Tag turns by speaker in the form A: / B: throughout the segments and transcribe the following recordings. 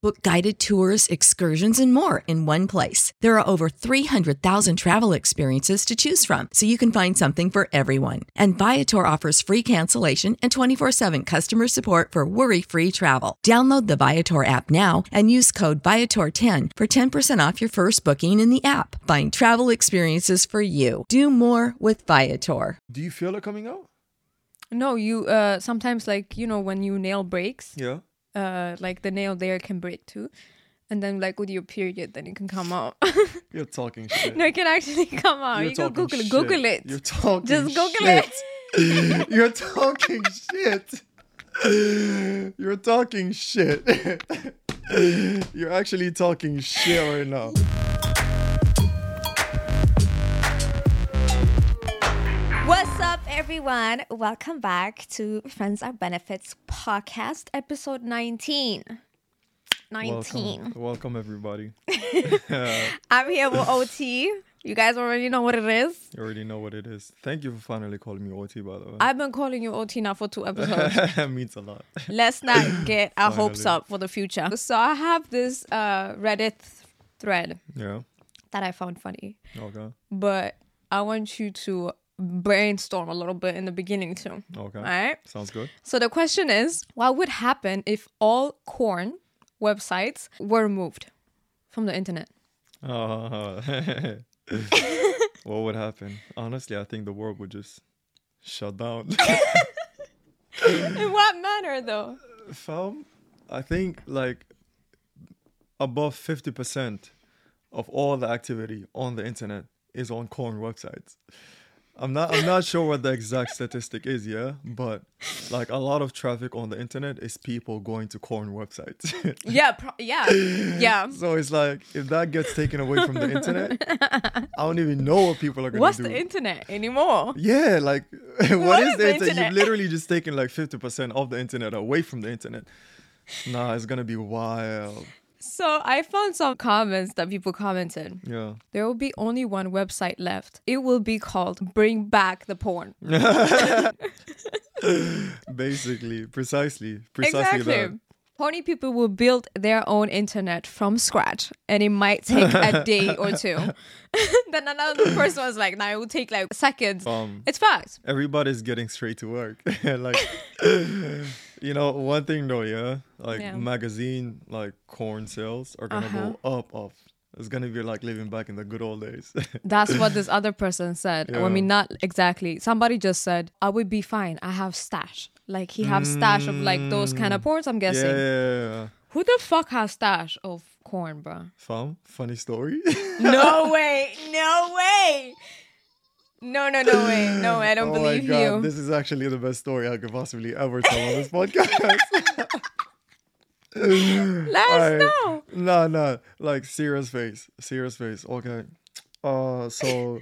A: Book guided tours, excursions, and more in one place. There are over 300,000 travel experiences to choose from, so you can find something for everyone. And Viator offers free cancellation and 24 7 customer support for worry free travel. Download the Viator app now and use code Viator10 for 10% off your first booking in the app. Find travel experiences for you. Do more with Viator.
B: Do you feel it coming out?
C: No, you uh sometimes like you know when your nail breaks,
B: Yeah.
C: uh like the nail there can break too. And then like with your period then it can come out.
B: You're talking shit.
C: no, it can actually come out.
B: You're
C: you can
B: talking
C: Google it.
B: shit.
C: Google
B: You're
C: it.
B: talking
C: Just Google
B: shit. it.
C: it.
B: You're talking shit. You're talking shit. You're actually talking shit right now.
D: What's up, everyone? Welcome back to Friends Are Benefits podcast, episode 19. 19.
B: Welcome, welcome everybody.
D: I'm here with OT. You guys already know what it is.
B: You already know what it is. Thank you for finally calling me OT, by the way.
C: I've been calling you OT now for two episodes.
B: That means a lot.
C: Let's not get our hopes
B: Finally.
C: up for the future. So I have this uh Reddit thread
B: Yeah.
C: that I found funny,
B: Okay.
C: but I want you to brainstorm a little bit in the beginning too.
B: Okay.
C: All right.
B: Sounds good.
C: So the question is, what would happen if all corn websites were removed from the internet?
B: Uh, what would happen? Honestly, I think the world would just shut down.
C: In what manner though?
B: Film, I think like above 50% of all the activity on the internet is on corn websites. I'm not I'm not sure what the exact statistic is, yeah, but like a lot of traffic on the internet is people going to corn websites.
C: Yeah, pro- yeah. Yeah.
B: so it's like if that gets taken away from the internet, I don't even know what people are going to do.
C: What's the internet anymore?
B: Yeah, like what
C: What
B: is
C: is
B: the
C: the
B: internet?
C: internet?
B: You've literally just taken like fifty percent of the internet away from the internet. Nah, it's gonna be wild.
C: So I found some comments that people commented.
B: Yeah.
C: There will be only one website left. It will be called Bring Back the Porn.
B: Basically, precisely, precisely that.
C: Horny people will build their own internet from scratch and it might take a day or two. then another person was like, nah, it will take like seconds.
B: Um,
C: it's fact.
B: Everybody's getting straight to work. like, you know, one thing though, yeah, like
C: Yeah.
B: magazine like corn sales are gonna
C: Uh-huh.
B: go up, up. It's gonna be like living back in the good old days.
C: That's what this other person said. I
B: Yeah.
C: mean, not exactly. Somebody just said, I would be fine. I have stash. Like he have stash of like those kind of porns, I'm
B: yeah, Mm. yeah,
C: guessing.
B: yeah, yeah.
C: Who the fuck has stash of corn, bro?
B: Fam, funny story.
C: No way. No way. No, no, no way. No, I don't
B: oh
C: believe
B: my god,
C: you.
B: this is actually the best story I could possibly ever tell on this podcast.
C: Let us
B: Alright.
C: know.
B: No, no, like serious face, serious face. Okay. Uh, so,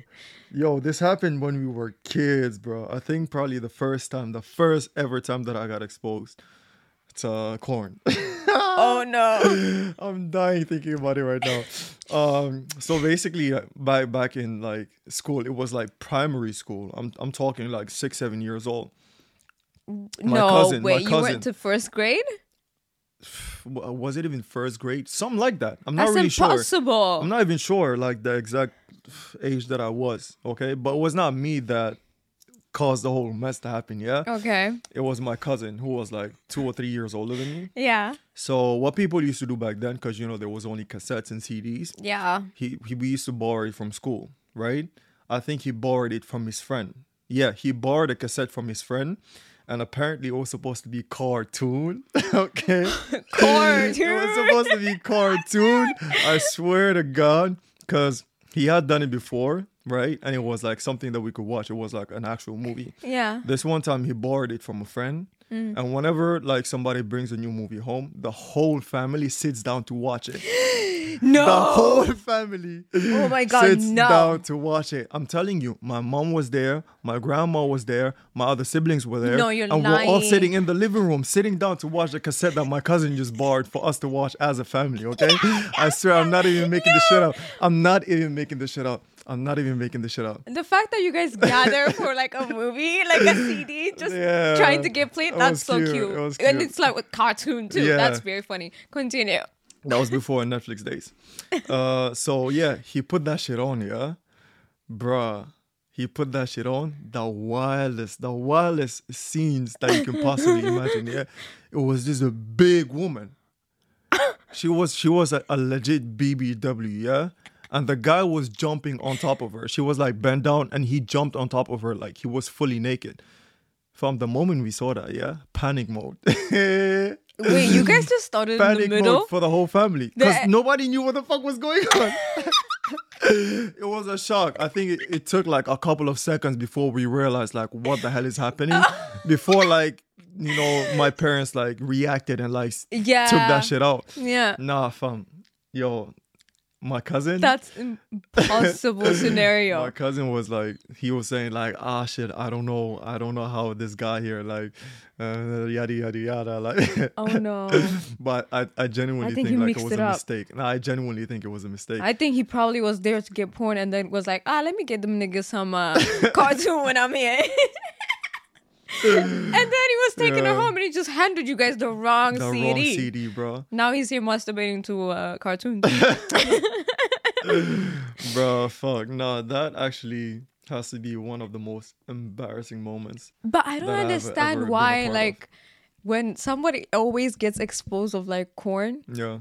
B: yo, this happened when we were kids, bro. I think probably the first time, the first ever time that I got exposed to corn.
C: Oh no.
B: I'm dying thinking about it right now. Um, so basically, uh, back back in like school, it was like primary school. I'm I'm talking like six, seven years old. My
C: no,
B: cousin, my
C: wait, you
B: cousin.
C: went to first grade?
B: w- uh, was it even first grade? Something like that. I'm
C: That's
B: not really sure.
C: impossible.
B: I'm not even sure like the exact age that I was. Okay, but it was not me that caused the whole mess to happen, yeah?
C: Oh. Okay.
B: It was my cousin who was like two or three years older than me.
D: Yeah.
B: So what people used to do back then, because you know there was only cassettes and CDs.
C: Yeah.
B: He he we used to borrow it from school, right? I think he borrowed it from his friend. Yeah, he borrowed a cassette from his friend, and apparently it was supposed to be cartoon. okay, cartoon. It was supposed to be cartoon. I swear to God, because he had done it before, right? And it was like something that we could watch. It was like an actual movie.
C: Yeah.
B: This one time he borrowed it from a friend. And whenever like somebody brings a new movie home, the whole family sits down to watch it. no. The whole family. Oh
D: my God,
B: Sits
D: no.
B: down to watch it. I'm telling you, my mom was there, my grandma was there, my other siblings were there.
C: No, you're
B: and we're all
C: lying.
B: sitting in the living room, sitting down to watch the cassette that my cousin just borrowed for us to watch as a family, okay? I swear I'm not even making this shit up. I'm not even making this shit up. I'm not even making this shit up.
C: The fact that you guys gather for like a movie, like a CD, just
B: Yeah.
C: trying to get played,
B: It
C: that's
B: was
C: so
B: cute.
C: cute.
B: It was
C: And
B: cute.
C: it's like a cartoon too.
B: Yeah.
C: That's very funny. Continue.
B: That was before Netflix days. Uh, so yeah, he put that shit on, yeah, bruh. He put that shit on. The wildest, the wildest scenes that you can possibly imagine. Yeah, it was just a big woman. She was she was a, a legit BBW, yeah. And the guy was jumping on top of her. She was like bent down, and he jumped on top of her like he was fully naked. From the moment we saw that, yeah, panic mode.
C: Wait, you guys just started in the
B: panic
C: middle?
B: mode for the whole family because
C: The- e-
B: nobody knew what the fuck was going on. it was a shock. I think it, it took like a couple of seconds before we realized like what the hell is happening. before like you know my parents like reacted and like s-
C: yeah.
B: took that shit out.
C: Yeah.
B: Nah, fam, yo, my cousin.
C: That's impossible scenario.
B: my cousin was like, he was saying like, ah, shit, I don't know, I don't know how this guy here, like, uh, yada yada yada, like.
C: Oh no.
B: But I, I genuinely
C: I think
B: think,
C: he
B: like it
C: mixed
B: was
C: it
B: a
C: up.
B: mistake. No, I genuinely think it was a mistake.
C: I think he probably was there to get porn and then was like, ah, let me get them niggas some uh, cartoon when I'm here. and then he was taking her
B: Yeah.
C: home and he just handed you guys the wrong,
B: the
C: CD.
B: wrong CD, bro.
C: Now he's here masturbating to uh, cartoons.
B: Bro, fuck. No, that actually has to be one of the most embarrassing moments.
C: But I don't
B: that I've ever
C: understand
B: been a
C: why,
B: part of.
C: like, when somebody always gets exposed of like corn,
B: Yeah.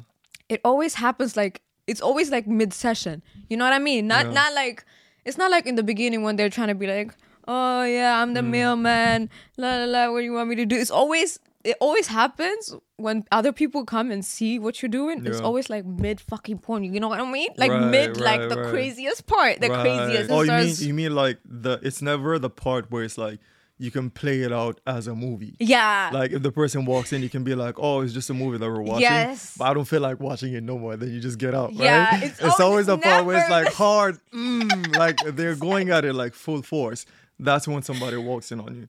C: it always happens like it's always like mid session. You know what I mean? Not
B: Yeah.
C: not like it's not like in the beginning when they're trying to be like, oh yeah, I'm the
B: Mm.
C: mailman, la la la. What do you want me to do? It's always it always happens when other people come and see what you're doing. It's
B: Yeah.
C: always like mid fucking porn. You know what I mean? Like
B: Right,
C: mid, like
B: right,
C: the
B: right.
C: craziest part, the
B: Right.
C: craziest.
B: Oh,
C: It
B: you mean
C: starts-
B: you mean like the? It's never the part where it's like you can play it out as a movie.
C: yeah.
B: Like if the person walks in, you can be like, "Oh, it's just a movie that we're watching."
C: Yes.
B: But I don't feel like watching it no more. Then you just get out.
C: Yeah,
B: right?
C: it's always
B: always the part where it's
C: never-
B: like hard, mm, like they're going at it like full force. That's when somebody walks in on you.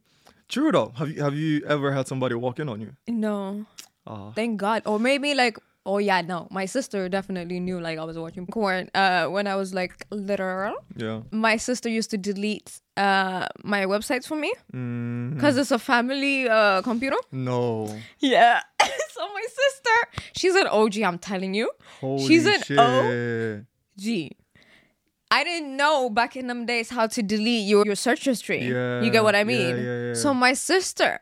B: True though. Have you have you ever had somebody walk in on you?
C: No. Thank God. Or maybe like oh yeah, no. My sister definitely knew like I was watching porn. Uh when I was like little.
B: Yeah.
C: My sister used to delete uh my websites for me.
B: Mm-hmm.
C: Because it's a family uh computer.
B: No.
C: Yeah. so my sister, she's an OG, I'm telling you.
B: Holy
C: she's an
B: shit.
C: OG. I didn't know back in them days how to delete your, your search history. you
B: Yeah,
C: get what I
B: yeah,
C: mean?
B: yeah, yeah.
C: So my sister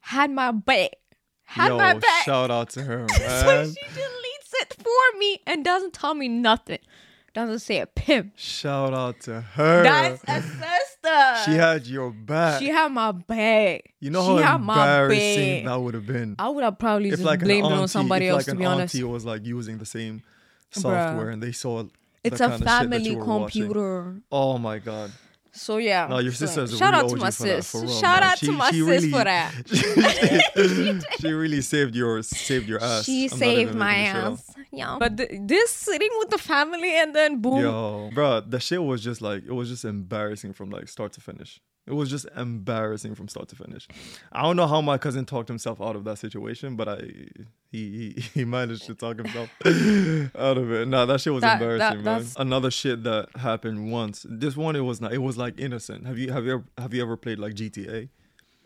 C: had my back. Had
B: Yo,
C: my back.
B: shout out to her,
C: So
B: man.
C: she deletes it for me and doesn't tell me nothing. Doesn't say a pimp.
B: shout out to her.
C: That's a sister.
B: she had your back.
C: She had my bag.
B: you know
C: she
B: how
C: had my
B: embarrassing
C: bag.
B: that would have been.
C: I would have probably
B: if
C: just
B: like
C: blamed
B: an
C: it
B: auntie,
C: on somebody
B: if
C: else
B: like
C: to
B: an
C: be honest.
B: auntie was like using the same software and they saw the
C: It's
B: kind
C: a
B: of shit that
C: family
B: you were watching.
C: computer.
B: Oh my god!
C: So yeah.
B: No, your
C: So,
B: sister is a
C: Shout
B: real
C: out to
B: OG
C: my
B: for that,
C: sis.
B: for real,
C: Shout
B: man.
C: out to
B: She-
C: my
B: she
C: sis
B: really-
C: for that.
B: She really saved your saved your ass.
D: She
B: I'm not
D: saved
B: even
D: my
B: making this shit up.
D: ass. Yeah.
C: But th- this sitting with the family and then boom.
B: Yo, bro, the shit was just like it was just embarrassing from like start to finish. It was just embarrassing from start to finish. I don't know how my cousin talked himself out of that situation, but I he he, he managed to talk himself out of it. Nah, that shit was
C: That- that-
B: embarrassing, man.
C: that's-
B: Another shit that happened once. This one it was not. It was like innocent. Have you have you ever, have you ever played like GTA,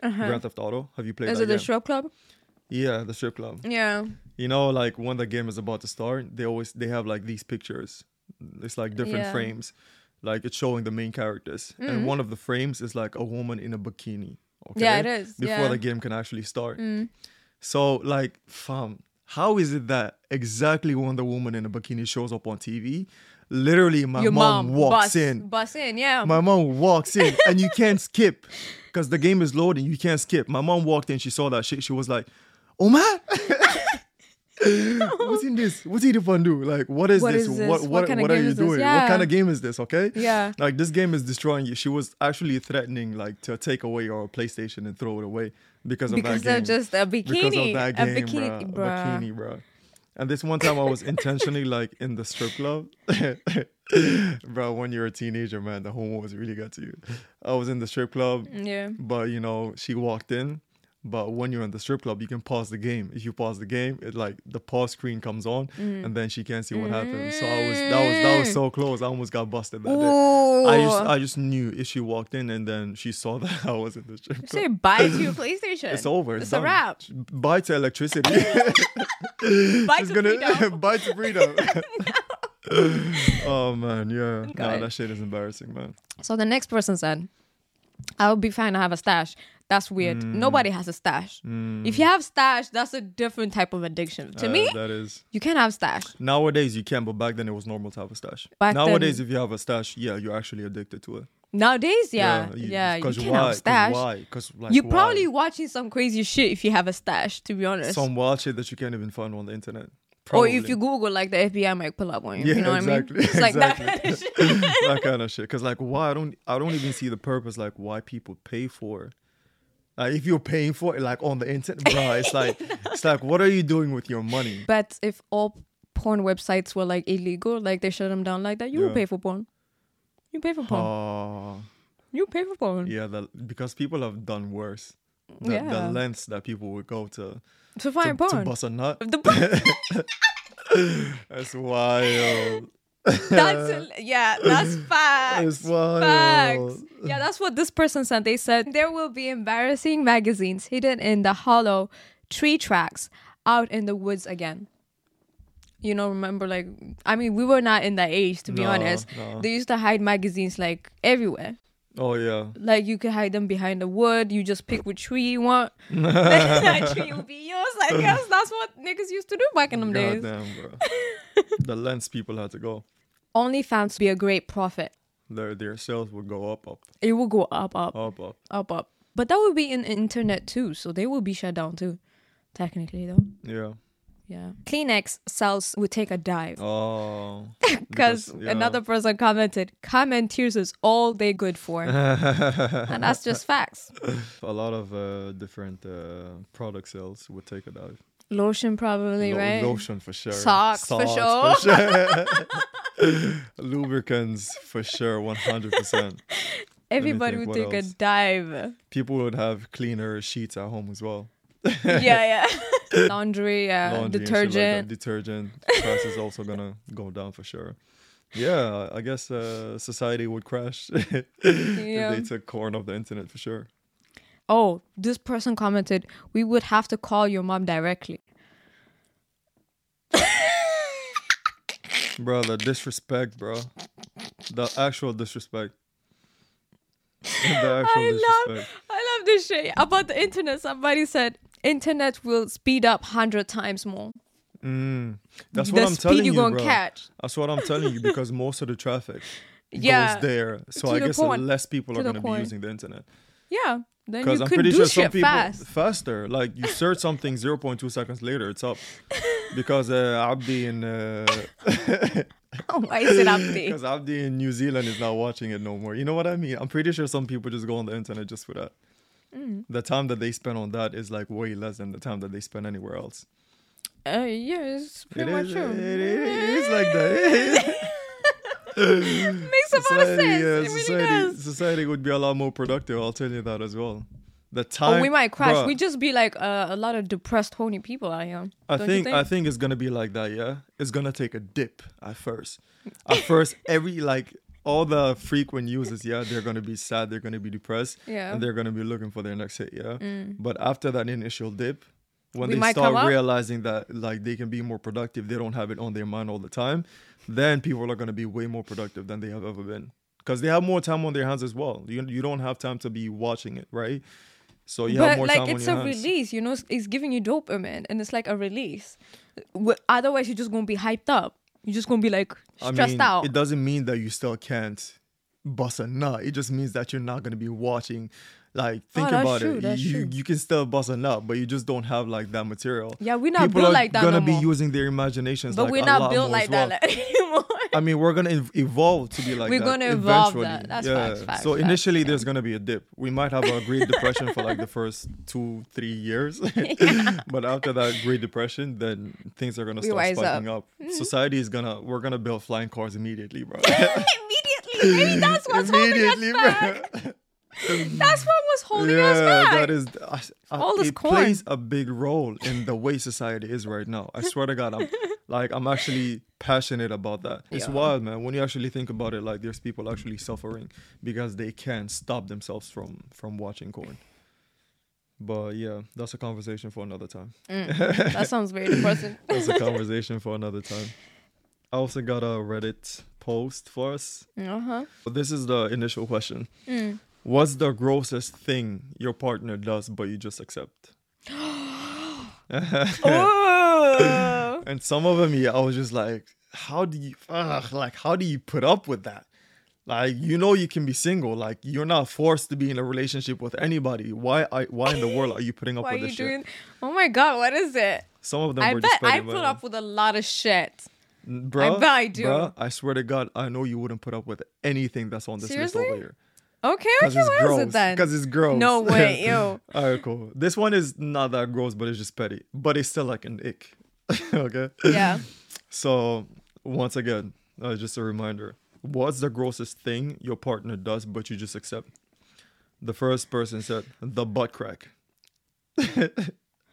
B: Grand Theft Auto? Have you played?
C: Uh-huh. Is
B: that
C: it the
B: game?
C: strip club?
B: Yeah, the strip club
C: Yeah.
B: you know like when the game is about to start they always they have like these pictures it's like different
C: Yeah. Mm-hmm.
B: frames like it's showing the main characters, and one of the frames is like a woman in a bikini. Okay?
C: Yeah, it is,
B: Before
C: yeah. Mm.
B: the game can actually start. So like, fam, how is it that exactly when the woman in a bikini shows up on TV, literally my
C: Your
B: mom,
C: mom
B: walks
C: bus,
B: in.
C: Bus in, yeah.
B: My mom walks in and you can't skip because the game is loading. You can't skip. My mom walked in. She saw that shit. She was like, "Oh man, what's in this? What's in the fondue? Like, what is
C: What
B: this?
C: is this?
B: What what
C: What
B: what,
C: kind of
B: are
C: game
B: you
C: is this?"
B: doing? What
C: Yeah.
B: kind of game is this? Okay,
C: Yeah.
B: Like this game is destroying you. She was actually threatening like to take away your PlayStation and throw it away because of
C: because
B: that game.
C: of just a
B: because
C: bikini.
B: of that game,
C: a bikini,
B: bruh. A
C: bruh.
B: Bikini, bruh. And this one time I was intentionally like in the strip club. bro, when you're a teenager, man, the hormones really got to you. I was in the strip club.
C: Yeah.
B: But you know, she walked in. But when you're in the strip club, you can pause the game. If you pause the game, it like the pause screen comes on,
C: Mm-hmm.
B: and then she can't see what happened. So I was that was that was
C: Mm.
B: so close. I almost got busted that day. I just
C: Ooh.
B: I just knew if she walked in and then she saw that I was in the strip club.
D: Say bye to your PlayStation.
B: It's over.
D: It's
B: done.
D: a wrap.
B: Bye to electricity.
D: Bye
B: She's
D: to
B: gonna
D: freedom.
B: bye to freedom. oh man, yeah. No,
C: God.
B: that shit is embarrassing, man.
C: So the next person said, I'll be fine. I have a stash. That's weird.
B: Mm.
C: Nobody has a stash. If you have stash, that's a different type of addiction. To
B: Uh,
C: me,
B: that is
C: you can't have stash.
B: nowadays you can, but back then it was normal to have a stash.
C: Back
B: nowadays,
C: then-
B: if you have a stash, yeah, you're actually addicted to it.
C: Nowadays, yeah. Yeah, you,
B: Because
C: can't
B: why?
C: have stash.
B: Cause why? 'Cause, like
C: You're
B: why?
C: probably watching some crazy shit if you have a stash, to be honest.
B: some wild shit that you can't even find on the internet.
C: or
B: Probably.
C: if you Google, like the FBI might pull up on you.
B: Yeah,
C: you know
B: exactly.
C: what I mean? It's like that
B: exactly.
C: kind of shit.
B: that kind of shit. Cause like, why I don't I don't even see the purpose. Like, why people pay for it. Like, if you're paying for it, like on the internet, bro, it's like it's like, what are you doing with your money?
C: But if all porn websites were like illegal, like they shut them down like that, you would
B: Yeah.
C: pay for porn. You pay for porn.
B: Oh,
C: you pay for porn.
B: yeah, the, because people have done worse. The,
C: Yeah.
B: the lengths that people would go to
C: To
B: to,
C: find
B: to
C: porn.
B: bust a nut.
C: the porn.
B: That's wild. Uh,
C: That's yeah, that's
B: That's
C: facts. Facts.
B: wild.
C: Yeah, that's what this person said. They said there will be embarrassing magazines hidden in the hollow tree tracks out in the woods again. You know, remember like I mean, we were not in that age to be
B: No,
C: honest.
B: no.
C: They used to hide magazines like everywhere.
B: Oh yeah.
C: Like you could hide them behind the wood. You just pick which tree you want. that tree will be yours. Like yes, that's what niggas used to do back in them days.
B: Goddamn, bro. the lengths people had to go.
C: OnlyFans be a great profit.
B: Their their sales would go up, up,
C: It will go up,
B: up,
C: up,
B: up.
C: up up Oh, but that would be in internet too so they will be shut down too technically though
B: Yeah.
C: yeah kleenex cells would take a dive
B: Oh.
C: because
B: yeah.
C: another person commented comment tears is all they good for and that's just facts
B: a lot of uh, different uh, product sales would take a dive.
C: lotion probably
B: Lo-
C: right
B: Lotion for sure.
C: Socks for
B: sure. Lubricants for sure, one hundred percent.
C: everybody
B: think,
C: would
B: what
C: take
B: else?
C: a dive
B: People would have cleaner sheets at home as well.
C: yeah yeah
B: Laundry
C: laundry, uh,
B: and shit like that.
C: detergent
B: Detergent price is also gonna go down for sure. Yeah, I guess uh, society would crash
C: Yeah.
B: if they took corn off the internet for sure.
C: oh this person commented we would have to call your mom directly
B: Bro, the disrespect, bro. The actual disrespect. The actual
C: I
B: disrespect.
C: love, I love this shit about the internet. Somebody said internet will speed up hundred times more.
B: That's what
C: the
B: I'm
C: speed
B: telling
C: you
B: you,
C: gonna
B: bro.
C: catch.
B: That's what I'm telling you because most of the traffic
C: Yeah.
B: goes there. So
C: To
B: I
C: the
B: guess
C: point.
B: less people
C: To
B: are
C: the
B: going to be
C: point.
B: using the internet.
C: Yeah, then
B: Because
C: you
B: I'm
C: could
B: pretty
C: do
B: sure some
C: shit
B: people
C: fast.
B: faster. Like you search something 0.2 seconds later, it's up. Because uh, Abdi in
C: Oh,
D: Why is it up there?
B: because Abdi in New Zealand is not watching it no more. You know what I mean? I'm pretty sure some people just go on the internet just for that.
C: Mm.
B: The time that they spend on that is like way less than the time that they spend anywhere else.
C: Uh, yeah, it's pretty much true.
B: It is like that.
C: Makes a lot of
B: society,
C: sense.
B: yeah,
C: it really
B: society,
C: does.
B: society would be a lot more productive. I'll tell you that as well. The time
C: Or Oh, we might crash.
B: Bruh,
C: We just be like uh, a lot of depressed, horny people out here.
B: I
C: don't
B: think,
C: you
B: I
C: think?
B: think it's gonna be like that. Yeah, it's gonna take a dip at first. At first, every like all the frequent users, yeah, they're gonna be sad. They're gonna be depressed.
C: Yeah. Mm.
B: and they're gonna be looking for their next hit. Yeah, but after that initial dip. When
C: We
B: they
C: might come
B: start
C: up.
B: realizing that like they can be more productive, they don't have it on their mind all the time, then people are gonna be way more productive than they have ever been. because they have more time on their hands as well. You you don't have time to be watching it, right? So you have
C: but
B: more time
C: like
B: on
C: it's a
B: your hands.
C: release, you know, it's- it's giving you dopamine and it's like a release. Wh- Otherwise, you're just gonna be hyped up. You're just gonna be like
B: I
C: stressed
B: mean,
C: out.
B: It doesn't mean that you still can't bust a nut. It just means that you're not gonna be watching. Like think
C: Oh, that's
B: about
C: true,
B: it.
C: that's
B: you
C: true.
B: you can still bust a nut, but you just don't have like that material.
C: Yeah, we're not
B: People
C: built
B: are
C: like that no
B: Gonna
C: more.
B: be using their imaginations,
C: but
B: like,
C: we're
B: a
C: not
B: lot
C: built
B: more
C: like
B: as well.
C: that anymore.
B: I mean, we're gonna ev- evolve to be like
C: We're
B: that.
C: gonna evolve
B: eventually.
C: that. That's
B: yeah.
C: facts, facts,
B: So
C: facts,
B: initially, there's gonna be a dip. We might have a Great Depression for like the first two, three years, but after that Great Depression, then things are gonna start
C: wise
B: spiking up.
C: Mm-hmm.
B: Society is gonna we're gonna build flying cars immediately, bro.
C: Immediately, maybe that's what's holding us
B: immediately,
C: back.
B: bro.
C: That's what was holding us
B: Yeah,
C: back.
B: that is. I, I,
C: All this
B: it plays a big role in the way society is right now. I swear to God, I'm like I'm actually passionate about that. It's wild, man. When you actually think about it, like there's people actually suffering because they can't stop themselves from from watching corn. But yeah, that's a conversation for another time.
C: that sounds very depressing.
B: That's a conversation for another time. I also got a Reddit post for us.
C: Uh huh.
B: But This is the initial question.
C: Mm.
B: What's the grossest thing your partner does but you just accept?
C: Oh,
B: And some of them, yeah, I was just like, how do you, ugh, like, how do you put up with that? Like, you know, you can be single. Like, you're not forced to be in a relationship with anybody. Why, I, why in the world are you putting up
C: why are
B: with
C: you
B: this
C: doing?
B: shit?
C: Oh my god, what is it?
B: Some of them
C: I
B: were
C: bet
B: just
C: I
B: petty,
C: put
B: but-
C: up with a lot of shit.
B: Bruh,
C: bet I do.
B: bruh, I swear to God, I know you wouldn't put up with anything that's on this
C: Seriously?
B: list over here.
C: Okay, okay,
B: Because it's
C: what is
B: gross.
C: it then?
B: Because it's gross.
C: No way, ew.
B: All right, cool. This one is not that gross, but it's just petty. But it's still like an ick. okay.
C: yeah.
B: So once again, uh, just a reminder: What's the grossest thing your partner does, but you just accept? The first person said the butt crack.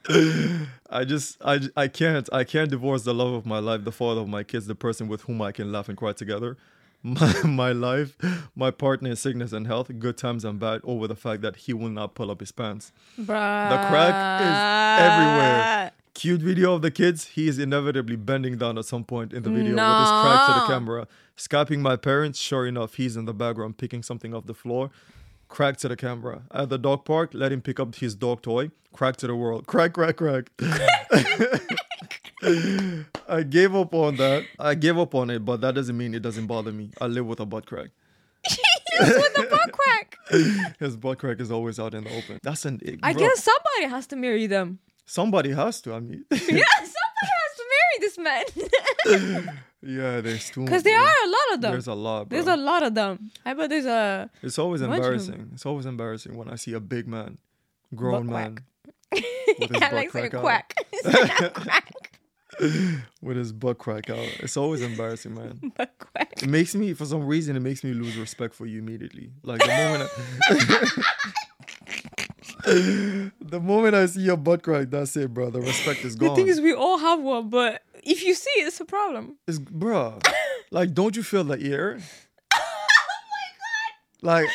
B: I just I j- I can't I can't divorce the love of my life, the father of my kids, the person with whom I can laugh and cry together. My, my life, my partner in sickness and health, good times and bad, over the fact that he will not pull up his pants.
C: Bruh.
B: The crack is
C: Ah.
B: everywhere. Cute video of the kids. He is inevitably bending down at some point in the video with his crack to the
C: No.
B: camera. Skyping my parents. Sure enough, he's in the background picking something off the floor. Crack to the camera. At the dog park, let him pick up his dog toy. Crack to the world. Crack, crack, crack. I gave up on that. I gave up on it, but that doesn't mean it doesn't bother me. I live with a butt crack.
C: Butt crack.
B: His butt crack is always out in the open. That's an ick,
C: I
B: bro.
C: guess somebody has to marry them.
B: somebody has to. I mean,
C: Yeah, somebody has to marry this man.
B: yeah, there's too
C: Because there
B: much.
C: are a lot of them.
B: There's a lot, bro.
C: There's a lot of them. I bet there's a.
B: It's always
C: bunch of 'em.
B: embarrassing. It's always embarrassing when I see a big man, grown man, with his
C: I
B: butt
C: like saying
B: crack out.
C: quack.
B: With his butt crack out. It's always embarrassing, man.
C: Butt quack.
B: It makes me, for some reason, it makes me lose respect for you immediately. Like the moment, I, the moment I see your butt crack, that's it, bro. The respect is gone.
C: The thing is, we all have one, but if you see, it, it's a problem.
B: It's bruh. like, don't you feel the ear? oh my god! Like,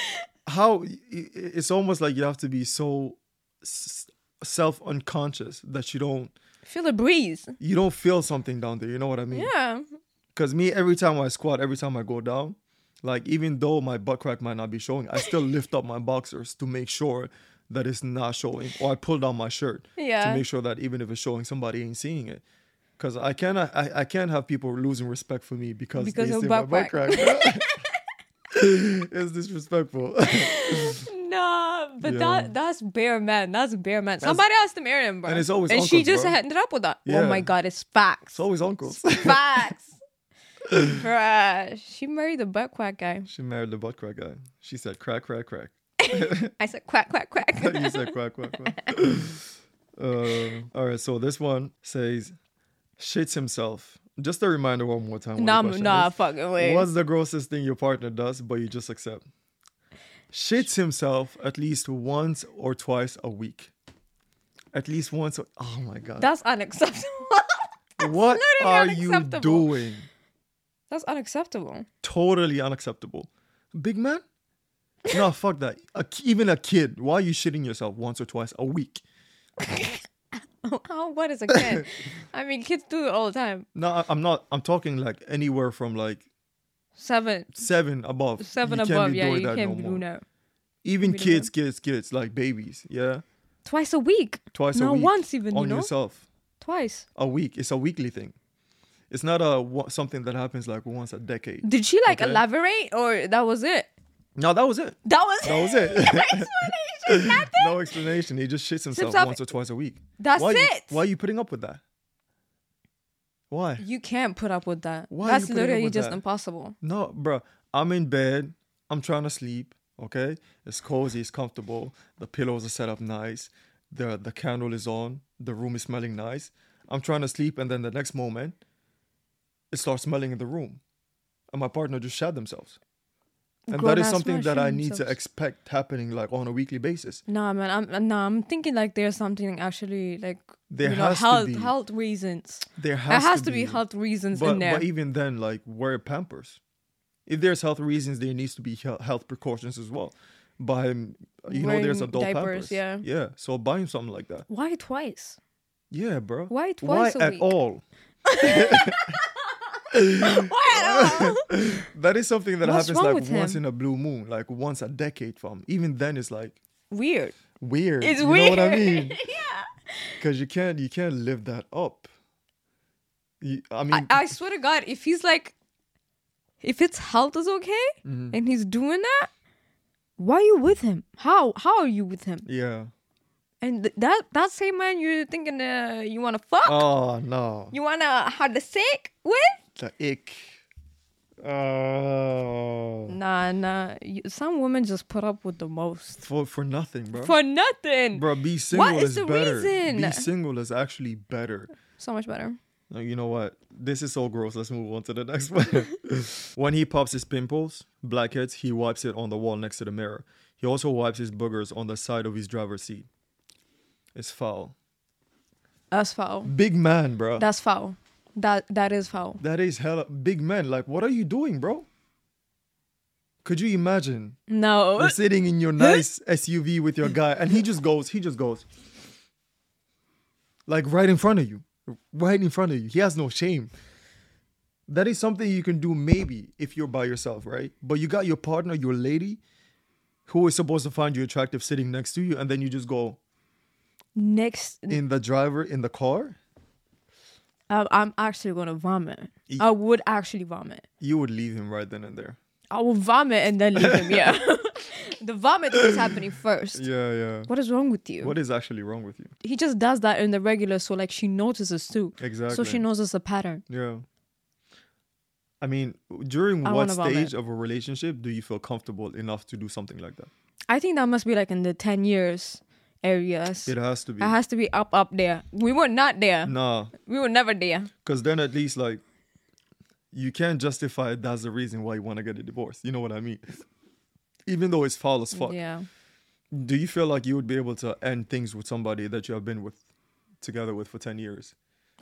B: how? i- i- It's almost like you have to be so s- self-unconscious that you don't
C: Feel the breeze.
B: you don't feel something down there. You know what I mean?
C: Yeah.
B: Because me, every time I squat, every time I go down, like even though my butt crack might not be showing, I still lift up my boxers to make sure that it's not showing, or I pull down my shirt
C: Yeah.
B: to make sure that even if it's showing, somebody ain't seeing it. Cause I can't, I, I can't have people losing respect for me because,
C: Because
B: they
C: of
B: see my
C: butt
B: butt
C: crack.
B: crack. it's disrespectful.
C: No, but
B: Yeah.
C: that that's bare man. That's bare man. Somebody has to marry him, bro.
B: and it's always
C: and she
B: uncles,
C: just
B: bro.
C: ended up with that. Oh
B: Yeah.
C: my god, it's facts.
B: it's always uncles.
C: facts. Bruh, she married the butt quack guy.
B: she married the butt crack guy. She said crack, crack, crack.
C: I said quack quack quack.
B: you said quack quack quack. Uh, all right, so this one says shits himself. Just a reminder one more time. what the
C: nah,
B: question
C: nah,
B: is.
C: fucking way.
B: What's the grossest thing your partner does but you just accept? Shits himself at least once or twice a week. At least once. a- oh my god.
C: That's unacceptable.
B: what are
C: literally
B: you
C: unacceptable.
B: doing?
C: that's unacceptable.
B: Totally unacceptable. Big man? No, fuck that. A, ki- even a kid. Why are you shitting yourself once or twice a week?
C: How what is a kid? I mean, kids do it all the time.
B: No, I- I'm not. I'm talking like anywhere from like
C: Seven.
B: seven above.
C: Seven
B: You can't be
C: above. Yeah,
B: doing
C: you
B: that
C: can't
B: no
C: do
B: more.
C: that.
B: Even
C: doing
B: kids, kids, kids, like babies. Yeah,
C: Twice a week.
B: twice a
C: Not
B: week.
C: once even, you
B: on
C: know?
B: yourself.
C: Twice.
B: A week. It's a weekly thing. It's not a wa- something that happens like once a decade.
C: Did she like
B: Okay.
C: elaborate or that was it?
B: No, that was it.
C: That was
B: That was it. no explanation. He just shits himself
C: up-
B: once or twice a week.
C: That's
B: why You,
C: it.
B: why are you putting up with that? Why?
C: You can't put up with that.
B: Why are you
C: That's
B: putting up
C: literally
B: with
C: just
B: that?
C: impossible.
B: No, bro. I'm in bed. I'm trying to sleep. Okay, it's cozy. It's comfortable. The pillows are set up nice. the The candle is on. The room is smelling nice. I'm trying to sleep, and then the next moment, it starts smelling in the room, and my partner just shat themselves. And that is
C: Grown-ass
B: something
C: men
B: that I
C: shitting
B: need to
C: themselves.
B: expect happening like on a weekly basis.
C: Nah, man. I'm nah. I'm thinking like there's something actually like
B: There
C: you know
B: has to
C: health
B: be.
C: health reasons.
B: There
C: There
B: has,
C: has, to, be, health reasons
B: but,
C: in there.
B: But even then, like wear Pampers. If there's health reasons, there needs to be hel- health precautions as well. Buy him, you know, there's
C: Wearing
B: adult
C: diapers,
B: Pampers.
C: yeah.
B: yeah. So buy him something like that.
C: Why twice?
B: Yeah, bro.
C: Why twice
B: Why
C: a
B: at
C: week?
B: all? That is something that
C: What's wrong
B: happens
C: with
B: like once
C: him?
B: in a blue moon, like once a decade from. Even then, it's like
C: Weird.
B: weird.
C: It's
B: you know what I
C: weird.
B: mean? yeah. Because you can't, you can't live that up. You, I mean,
C: I, I swear to God, if he's like, if his health is okay
B: Mm-hmm.
C: and he's doing that, why are you with him? How how are you with him?
B: yeah.
C: And th- that that same man you're thinking uh, you wanna fuck,
B: Oh no,
C: you wanna have the sick with?
B: the ick. Oh.
C: Nah, nah. You, some women just put up with the most
B: For for nothing, bro.
C: for nothing.
B: Bro, be single
C: is
B: is
C: the
B: better. Be
C: reason?
B: single is actually better.
C: So much better.
B: No, you know what? This is so gross. Let's move on to the next one. when he pops his pimples, blackheads, he wipes it on the wall next to the mirror. He also wipes his boogers on the side of his driver's seat. It's foul.
C: That's foul.
B: Big man, bro.
C: That's foul. That that is foul.
B: that is hella big man. Like, what are you doing, bro? Could you imagine?
C: No.
B: You're sitting in your nice SUV with your guy, and he just goes, he just goes, like right in front of you, right in front of you. He has no shame. That is something you can do maybe if you're by yourself, right? But you got your partner, your lady, who is supposed to find you attractive sitting next to you, and then you just go
C: Next,
B: in the driver in the car.
C: uh, I'm actually gonna vomit. I would actually vomit.
B: You would leave him right then and there.
C: I will vomit and then leave him. Yeah. the vomit is happening first.
B: Yeah, yeah.
C: What is wrong with you?
B: What is actually wrong with you?
C: he just does that in the regular, so like she notices too. So
B: Exactly.
C: she knows it's a pattern.
B: Yeah. I mean, during
C: I
B: what
C: wanna vomit.
B: stage of a relationship do you feel comfortable enough to do something like that?
C: I think that must be like in the ten years areas.
B: It
C: It
B: has to be.
C: has to be up up there. We were not there.
B: nah,
C: We were never there.
B: because then at least like you can't justify that's the reason why you want to get a divorce. You know what I mean? Even though it's foul as fuck.
C: Yeah.
B: Do you feel like you would be able to end things with somebody that you have been with together with for ten years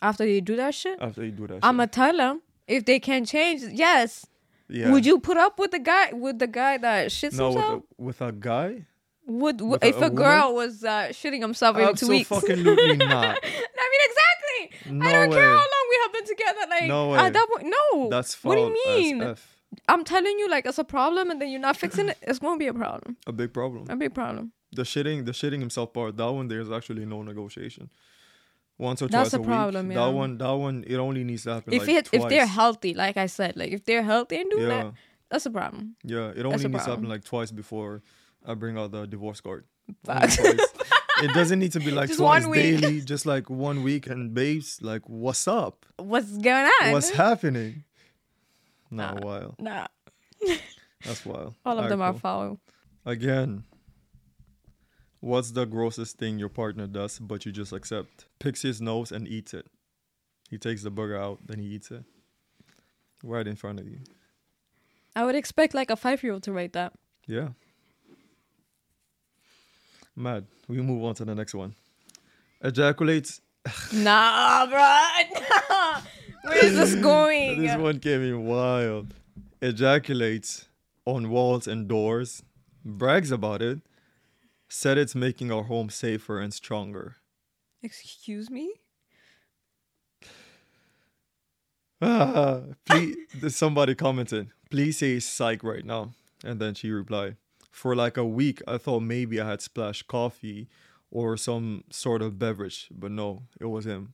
C: After you do that shit,
B: after you do that?
C: I'ma tell them if they can change. Yes.
B: shit? Yeah.
C: Would you put up with the guy with the guy that shits
B: no with
C: himself?
B: a, with a guy?
C: Would,
B: with a-
C: if
B: a
C: a, girl was uh, shitting himself every two weeks?
B: Absolutely not.
C: I mean, exactly.
B: No
C: I don't care
B: way.
C: how long we have been together. Like
B: No way.
C: at that point, no.
B: That's foul.
C: What do you
B: as
C: mean?
B: F.
C: I'm telling you, like it's a problem, and then you're not fixing it. It's gonna be a problem.
B: A big problem.
C: A big problem.
B: the shitting the shitting himself part that one there's actually no negotiation once or twice
C: That's the
B: a
C: problem,
B: week
C: yeah.
B: that one that one it only needs to happen
C: if
B: like
C: it,
B: twice.
C: if they're healthy, like I said, like if they're healthy and do
B: Yeah.
C: that, that's a problem.
B: yeah it only
C: a
B: needs to happen
C: problem.
B: like twice before i bring out the divorce card Only
C: Facts.
B: twice. it doesn't need to be like
C: Just
B: twice
C: one week.
B: daily just like one week and babes like what's up
C: What's going on?
B: what's happening not wild
C: nah,
B: that's wild
C: Ah. all of
B: Alright,
C: them are
B: cool.
C: foul.
B: Again. What's the grossest thing your partner does but you just accept? Picks his nose and eats it. He takes the burger out, then he eats it. Right in front of you.
C: I would expect like a five year old to write that.
B: Yeah. Mad. We move on to the next one. Ejaculates.
C: Nah, bro. Nah. Where is this going?
B: This one came in wild. Ejaculates on walls and doors. Brags about it. Said it's making our home safer and stronger.
C: Excuse me?
B: Ah, please, there's somebody commented, please say psych right now. And then she replied, for like a week, I thought maybe I had splashed coffee or some sort of beverage, but no, it was him.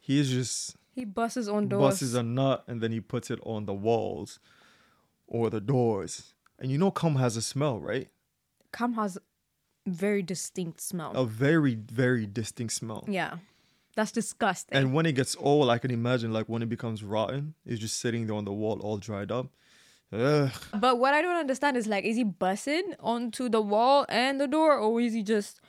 B: He's just
C: He busts his own doors.
B: buses a nut and then he puts it on the walls or the doors. And you know, cum has a smell, right?
C: Cum has very distinct smell.
B: A very, very distinct smell.
C: Yeah, that's disgusting.
B: And when it gets old, I can imagine like when it becomes rotten, it's just sitting there on the wall, all dried up. Ugh.
C: But what I don't understand is like, is he bussing onto the wall and the door, or is he just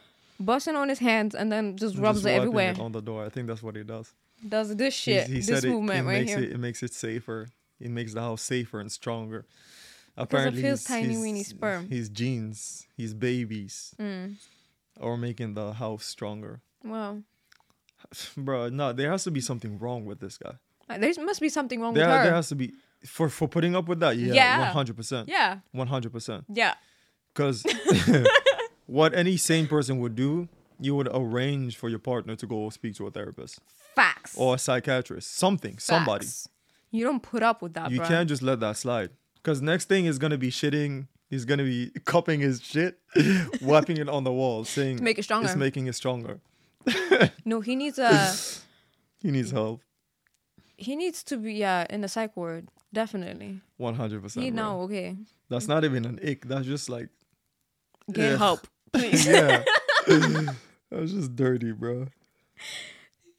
C: bussing on his hands and then just rubs
B: Just
C: it
B: wiping
C: everywhere?
B: on the door. I think that's what he does.
C: Does this
B: He's-
C: shit,
B: He
C: this
B: said it,
C: movement
B: it
C: right
B: makes
C: here?
B: it it makes it safer. It makes the house safer and stronger.
C: of
B: Apparently,
C: his
B: he's-
C: tiny
B: he's-
C: weeny sperm.
B: His genes, his babies,
C: Mm.
B: are making the house stronger.
C: Wow,
B: Bro, no, there has to be something wrong with this guy.
C: Uh, there must be something wrong
B: There,
C: with her.
B: there has to be for for putting up with that. Yeah,
C: Yeah.
B: one hundred percent.
C: yeah,
B: one hundred percent.
C: yeah,
B: Because what any sane person would do, you would arrange for your partner to go speak to a therapist
C: facts.
B: or a psychiatrist, something, somebody.
C: Facts. You don't put up with that,
B: You
C: bruh.
B: can't just let that slide. Because next thing is gonna be shitting. He's gonna be cupping his shit, wiping it on the wall, saying
C: make it stronger."
B: It's making it stronger.
C: No, he needs a.
B: He needs help.
C: he needs to be yeah in the psych ward definitely.
B: One hundred
C: He
B: percent.
C: now okay.
B: That's not even an ick. That's just like
C: Get
B: Ugh.
C: help, please.
B: yeah. that was just dirty, bro.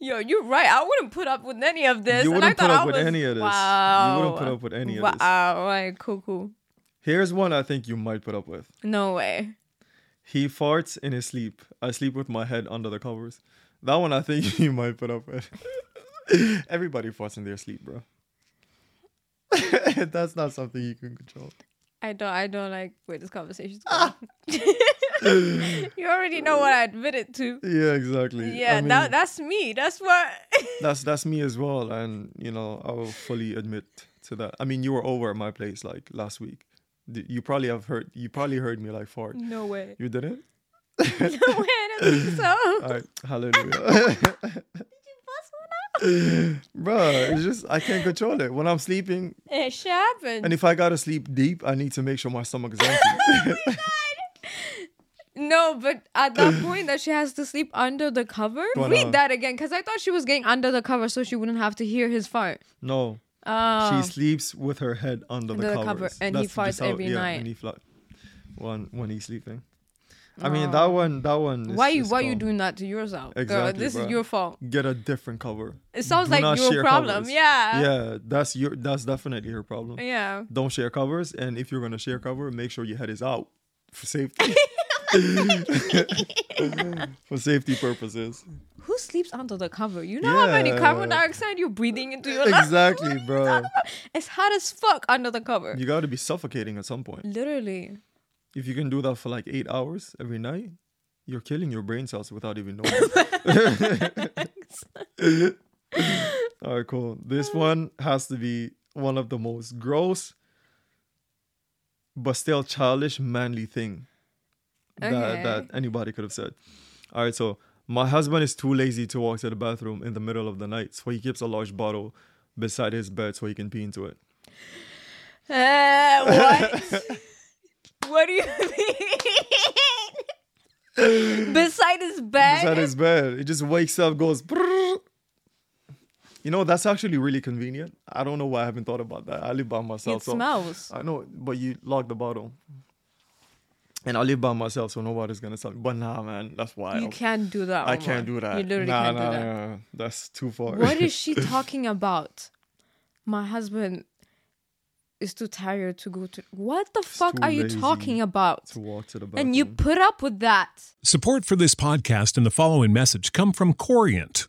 C: Yo, you're right. I wouldn't put up with any of this.
B: You
C: and I
B: wouldn't put
C: thought
B: up
C: I
B: with
C: was,
B: any of this.
C: Wow.
B: You wouldn't put up with any
C: wow.
B: of this.
C: Wow. Right. Cool. Cool.
B: Here's one I think you might put up with.
C: No way.
B: He farts in his sleep. I sleep with my head under the covers. That one I think you might put up with. Everybody farts in their sleep, bro. That's not something you can control.
C: I don't. I don't like where this conversation's going. you already know what I admitted to.
B: Yeah, exactly.
C: Yeah,
B: I mean,
C: that, that's me. That's what.
B: that's that's me as well, and you know I will fully admit to that. I mean, you were over at my place like last week. D- You probably have heard. You probably heard me like fart.
C: no way.
B: You didn't.
C: No way. I don't think so.
B: All right, hallelujah. Bro, it's just I can't control it. When I'm sleeping,
C: It shit happened.
B: and if I gotta sleep deep, I need to make sure my stomach is empty.
C: no, but at that point that she has to sleep under the cover.
B: Well,
C: Read
B: no.
C: that again, because I thought she was getting under the cover so she wouldn't have to hear his fart.
B: no, she
C: Oh,
B: sleeps with her head under,
C: Under
B: the,
C: the cover,
B: covers.
C: and he
B: That's
C: farts
B: just how-
C: every
B: yeah,
C: night.
B: And he fla- when when he's sleeping. I mean that one. That one. Is,
C: Oh. why you
B: is
C: why you
B: calm.
C: doing that to yourself, girl?
B: Exactly,
C: This is
B: bruh.
C: your fault.
B: Get a different cover.
C: It sounds
B: Do
C: like
B: not
C: your
B: share
C: problem.
B: covers.
C: Yeah.
B: Yeah, that's your. That's definitely her problem.
C: Yeah.
B: don't share covers and if you're going to share cover make sure your head is out for safety for safety purposes
C: Who sleeps under the cover? You know how many carbon
B: Yeah.
C: dioxide you're breathing into your lungs?
B: exactly bro
C: It's hot as fuck under the cover.
B: you got to be suffocating at some point
C: Literally.
B: if you can do that for like eight hours every night you're killing your brain cells without even knowing all right cool this one has to be one of the most gross but still childish manly thing
C: Okay.
B: that, that anybody could have said. All right, so my husband is too lazy to walk to the bathroom in the middle of the night, so he keeps a large bottle beside his bed so he can pee into it.
C: Uh, what? what do you mean? Beside his bed?
B: Beside his bed, he just wakes up, goes. "Brrr." You know that's actually really convenient. I don't know why I haven't thought about that. I live by myself.
C: it
B: so
C: smells.
B: I know, but you lock the bottle. And I live by myself, so nobody's gonna tell me. But nah, man, that's wild.
C: You can't do that.
B: I
C: Omar.
B: can't do that.
C: You literally
B: nah,
C: can't
B: nah,
C: do that.
B: Nah, nah, that's too far.
C: What is she talking about? My husband is too tired to go to. What the fuck
B: too
C: are you
B: lazy
C: talking about?
B: to walk to the bathroom?
C: And you put up with that.
E: Support for this podcast and the following message come from Corient.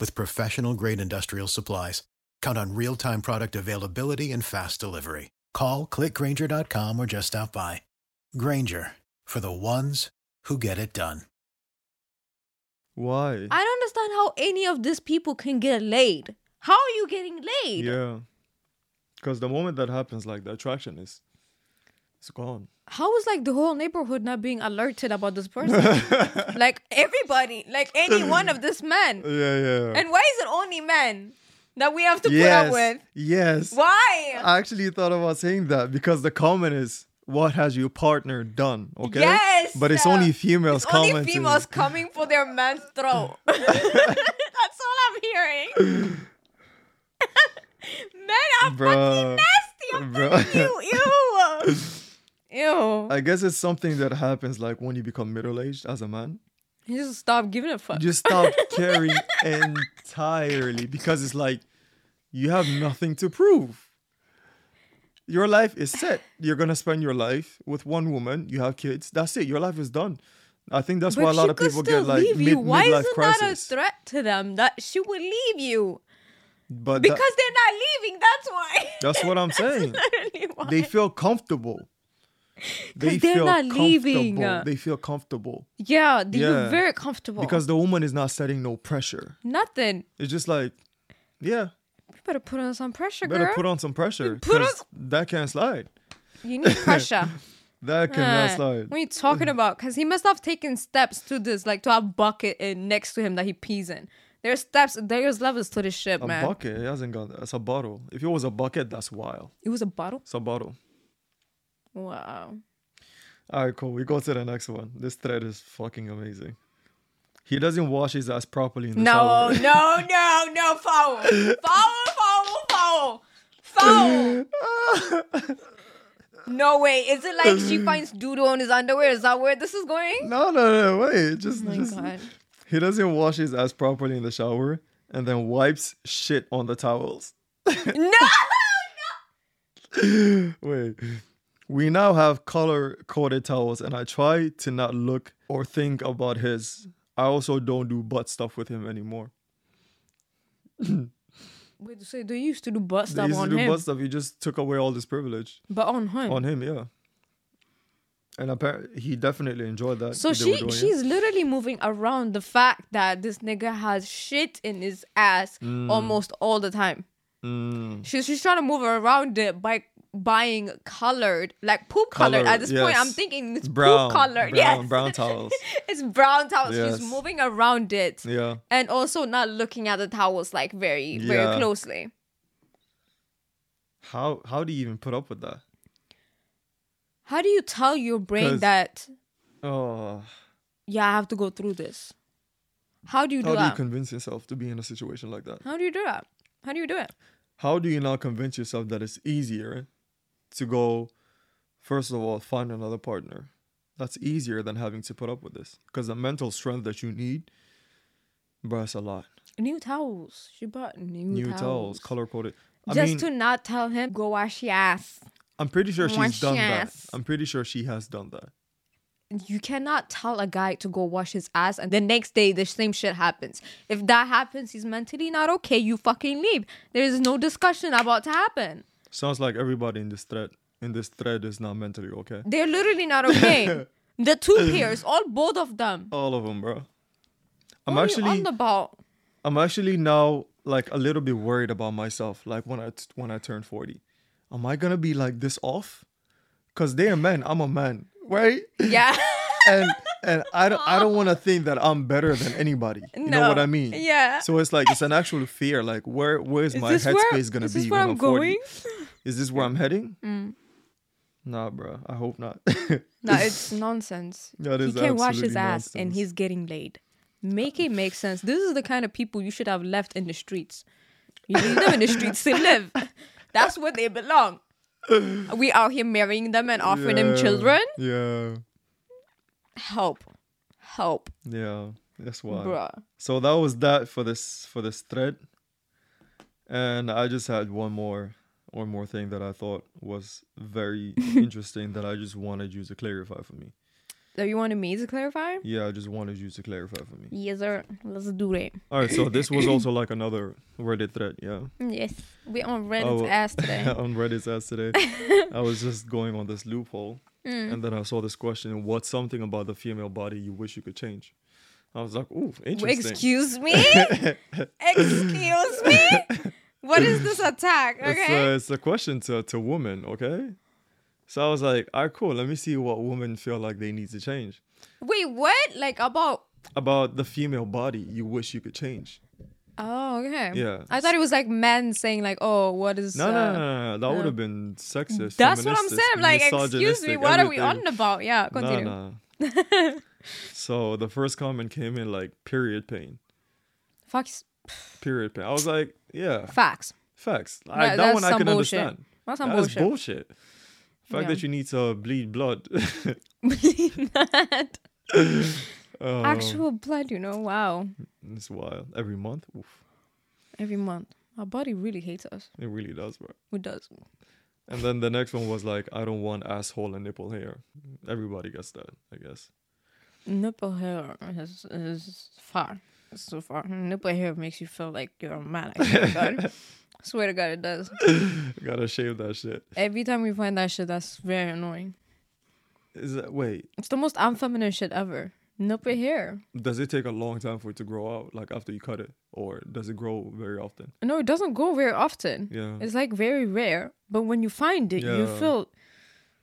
F: with professional grade industrial supplies. Count on real time product availability and fast delivery. Call clickgranger.com or just stop by. Granger for the ones who get it done.
B: Why?
D: I don't understand how any of these people can get laid. How are you getting laid?
B: yeah. Because the moment that happens, like the attraction is, it's gone.
C: How is like the whole neighborhood not being alerted about this person?
B: yeah,
D: Like everybody, like any one of this men.
B: yeah.
D: And why is it only men that we have to put up with?
B: Yes.
D: Why?
B: I actually thought about saying that because the comment is, "What has your partner done?" Okay.
D: Yes.
B: But it's only females
D: It's only
B: commenting.
D: females coming for their man's throat. That's all I'm hearing. Men are
B: Bruh.
D: fucking nasty. I'm
B: Bruh.
D: telling you. Ew.
C: Ew.
B: I guess it's something that happens like when you become middle aged as a man.
C: He just stopped giving a fuck.
B: You just stop caring entirely because it's like you have nothing to prove. Your life is set. You're gonna spend your life with one woman. You have kids. That's it. Your life is done. I think that's why a
C: But
B: lot
C: she
B: of
C: could
B: people
C: still
B: get like
C: leave
B: mid-
C: you. Why
B: midlife
C: isn't that a
B: crisis.
D: Threat to them that she will leave you
B: but that-
D: because they're not leaving. That's why.
B: that's what I'm saying.
D: Literally why.
B: they feel comfortable. They
C: they're not
B: comfortable.
C: leaving.
B: They feel comfortable
C: yeah, th-
B: Yeah.
C: you're very comfortable.
B: because the woman is not setting no pressure.
C: nothing.
B: It's just like, yeah,
C: You better put on some pressure,
B: better
C: girl.
B: put on some pressure
C: put on-
B: 'cause that can't slide.
C: you need pressure.
B: That cannot
C: Uh,
B: slide.
C: What are you talking about? Because he must have taken steps to this, like to a bucket in next to him that he pees in. There's steps. There's levels to this shit,
B: A
C: man.
B: bucket. It hasn't got. It's a bottle. If it was a bucket, that's wild.
C: It was a bottle.
B: It's a bottle.
C: Wow.
B: All right, cool. We go to the next one. This thread is fucking amazing. He doesn't wash his ass properly in the
D: no,
B: shower.
D: no, no, no, foul, foul, foul, foul, foul. no way. Is it like she finds doodle on his underwear? Is that where this is going? Oh
B: No, no, no. Wait. Just, just.
C: God.
B: He doesn't wash his ass properly in the shower and then wipes shit on the towels.
D: No.
B: Wait. We now have color coded towels, and I try to not look or think about his. I also don't do butt stuff with him anymore.
C: Wait, so they used to do butt
B: They
C: stuff
B: used to
C: on
B: do
C: him,
B: butt stuff. You just took away all this privilege
C: but on him.
B: on him, yeah. And apparently, he definitely enjoyed that.
C: so
B: they were
C: she
B: doing it.
C: she's literally moving around the fact that this nigga has shit in his ass almost all the time.
B: Mm,
C: She's she's trying to move around it by buying colored, like poop colored.
B: Colored,
C: At this point, I'm
B: yes.
C: thinking it's,
B: it's brown,
C: poop colored.
B: brown,
C: Yes,
B: brown towels.
C: it's brown towels.
B: Yes.
C: She's moving around it,
B: Yeah,
C: and also not looking at the towels like very
B: Yeah.
C: very closely.
B: how how do you even put up with that?
C: How do you tell your
B: 'Cause-
C: brain that
B: Oh,
C: yeah, I have to go through this? How do you do
B: how do
C: that?
B: you convince yourself to be in a situation like that?
C: How do you do that? How do you do it?
B: How do you now convince yourself that it's easier to go, first of all, find another partner? That's easier than having to put up with this because the mental strength that you need, bro, it's a lot.
C: New towels. She bought new,
B: New towels, color coded. I
C: Just
B: mean,
C: to not tell him go wash your ass.
B: I'm pretty sure she's
C: wash
B: done
C: your
B: that.
C: ass.
B: I'm pretty sure she has done that.
C: You cannot tell a guy to go wash his ass and the next day the same shit happens. If that happens, he's mentally not okay. You fucking leave. There is no discussion about to happen.
B: Sounds like everybody in this thread in this thread is not mentally okay.
C: They're literally not okay. the two pairs, all both of them.
B: All of them, bro. I'm
C: What are you
B: actually
C: on about.
B: I'm actually now like a little bit worried about myself. Like when I t- when I turn forty, am I gonna be like this off? Cause they're men. I'm a man, right?
C: Yeah.
B: and and I don't I don't want to think that I'm better than anybody. You know what
C: No.
B: I mean?
C: Yeah.
B: So it's like it's an actual fear. Like where where is, my
C: this where-
B: headspace gonna
C: is
B: be
C: this where
B: when
C: I'm Mm.
B: I'm forty? Is this where I'm heading? Nah, bro. I hope not.
C: no, it's nonsense.
B: That is
C: he can wash his
B: absolutely
C: ass and
B: nonsense.
C: he's getting laid. Make it make sense. This is the kind of people you should have left in the streets. You leave them in the streets to live. That's where they belong. We out here marrying them and offering them
B: Yeah.
C: children.
B: Yeah.
C: Help. Help,
B: Yeah. That's why.
C: bruh.
B: So that was that for this for this thread. And I just had one more one more thing that I thought was very interesting that I just wanted you to clarify for me.
C: So you wanted me to clarify?
B: Yeah, I just wanted you to clarify for me.
C: Yes, sir. Let's do it.
B: All right, so this was also like another Reddit thread, yeah.
C: Yes. We on
B: Oh,
C: Reddit's ass today.
B: on Reddit's ass today. I was just going on this loophole, and then I saw this question: "What's something about the female body you wish you could change?" I was like, "Ooh, interesting."
C: Excuse me? Excuse me? What is this attack?
B: It's, uh,
C: Okay.
B: a, it's a question to to women, okay? So I was like, "All right, cool. Let me see what women feel like they need to change
C: Wait, what? Like about
B: about the female body you wish you could change."
C: Oh, okay.
B: Yeah.
C: I thought it was like men saying like, "Oh, what is?"
B: No,
C: uh,
B: no, no, no, no. That would have been sexist.
C: That's what I'm
B: feministic,
C: saying. I'm like, excuse me,
B: misogynistic,
C: what are we
B: everything.
C: on about? Yeah, continue.
B: No, no. so the first comment came in like period pain.
C: Facts.
B: Period pain. I was like, yeah,
C: Facts.
B: facts. Like, that,
C: that's
B: one I
C: some
B: can
C: bullshit.
B: understand.
C: That's some
B: That is bullshit.
C: bullshit.
B: The fact
C: Yeah.
B: that you need to bleed blood. Oh.
C: Actual blood, you know. Wow.
B: it's wild. Every month, Oof,
C: Every month, our body really hates us.
B: it really does, bro.
C: It does.
B: And then the next one was like, I don't want asshole and nipple hair. Everybody gets that, I guess.
C: Nipple hair is, is far. It's so far. Nipple hair makes you feel like you're a man. I swear to God. swear to God, it does.
B: Gotta shave that shit.
C: Every time we find that shit, that's very annoying.
B: Is that wait?
C: It's the most unfeminine shit ever. Nipple hair.
B: Does it take a long time for it to grow out, like after you cut it, or does it grow very often?
C: No, it doesn't go very often.
B: Yeah.
C: It's like very rare. But when you find it, you
B: Yeah.
C: feel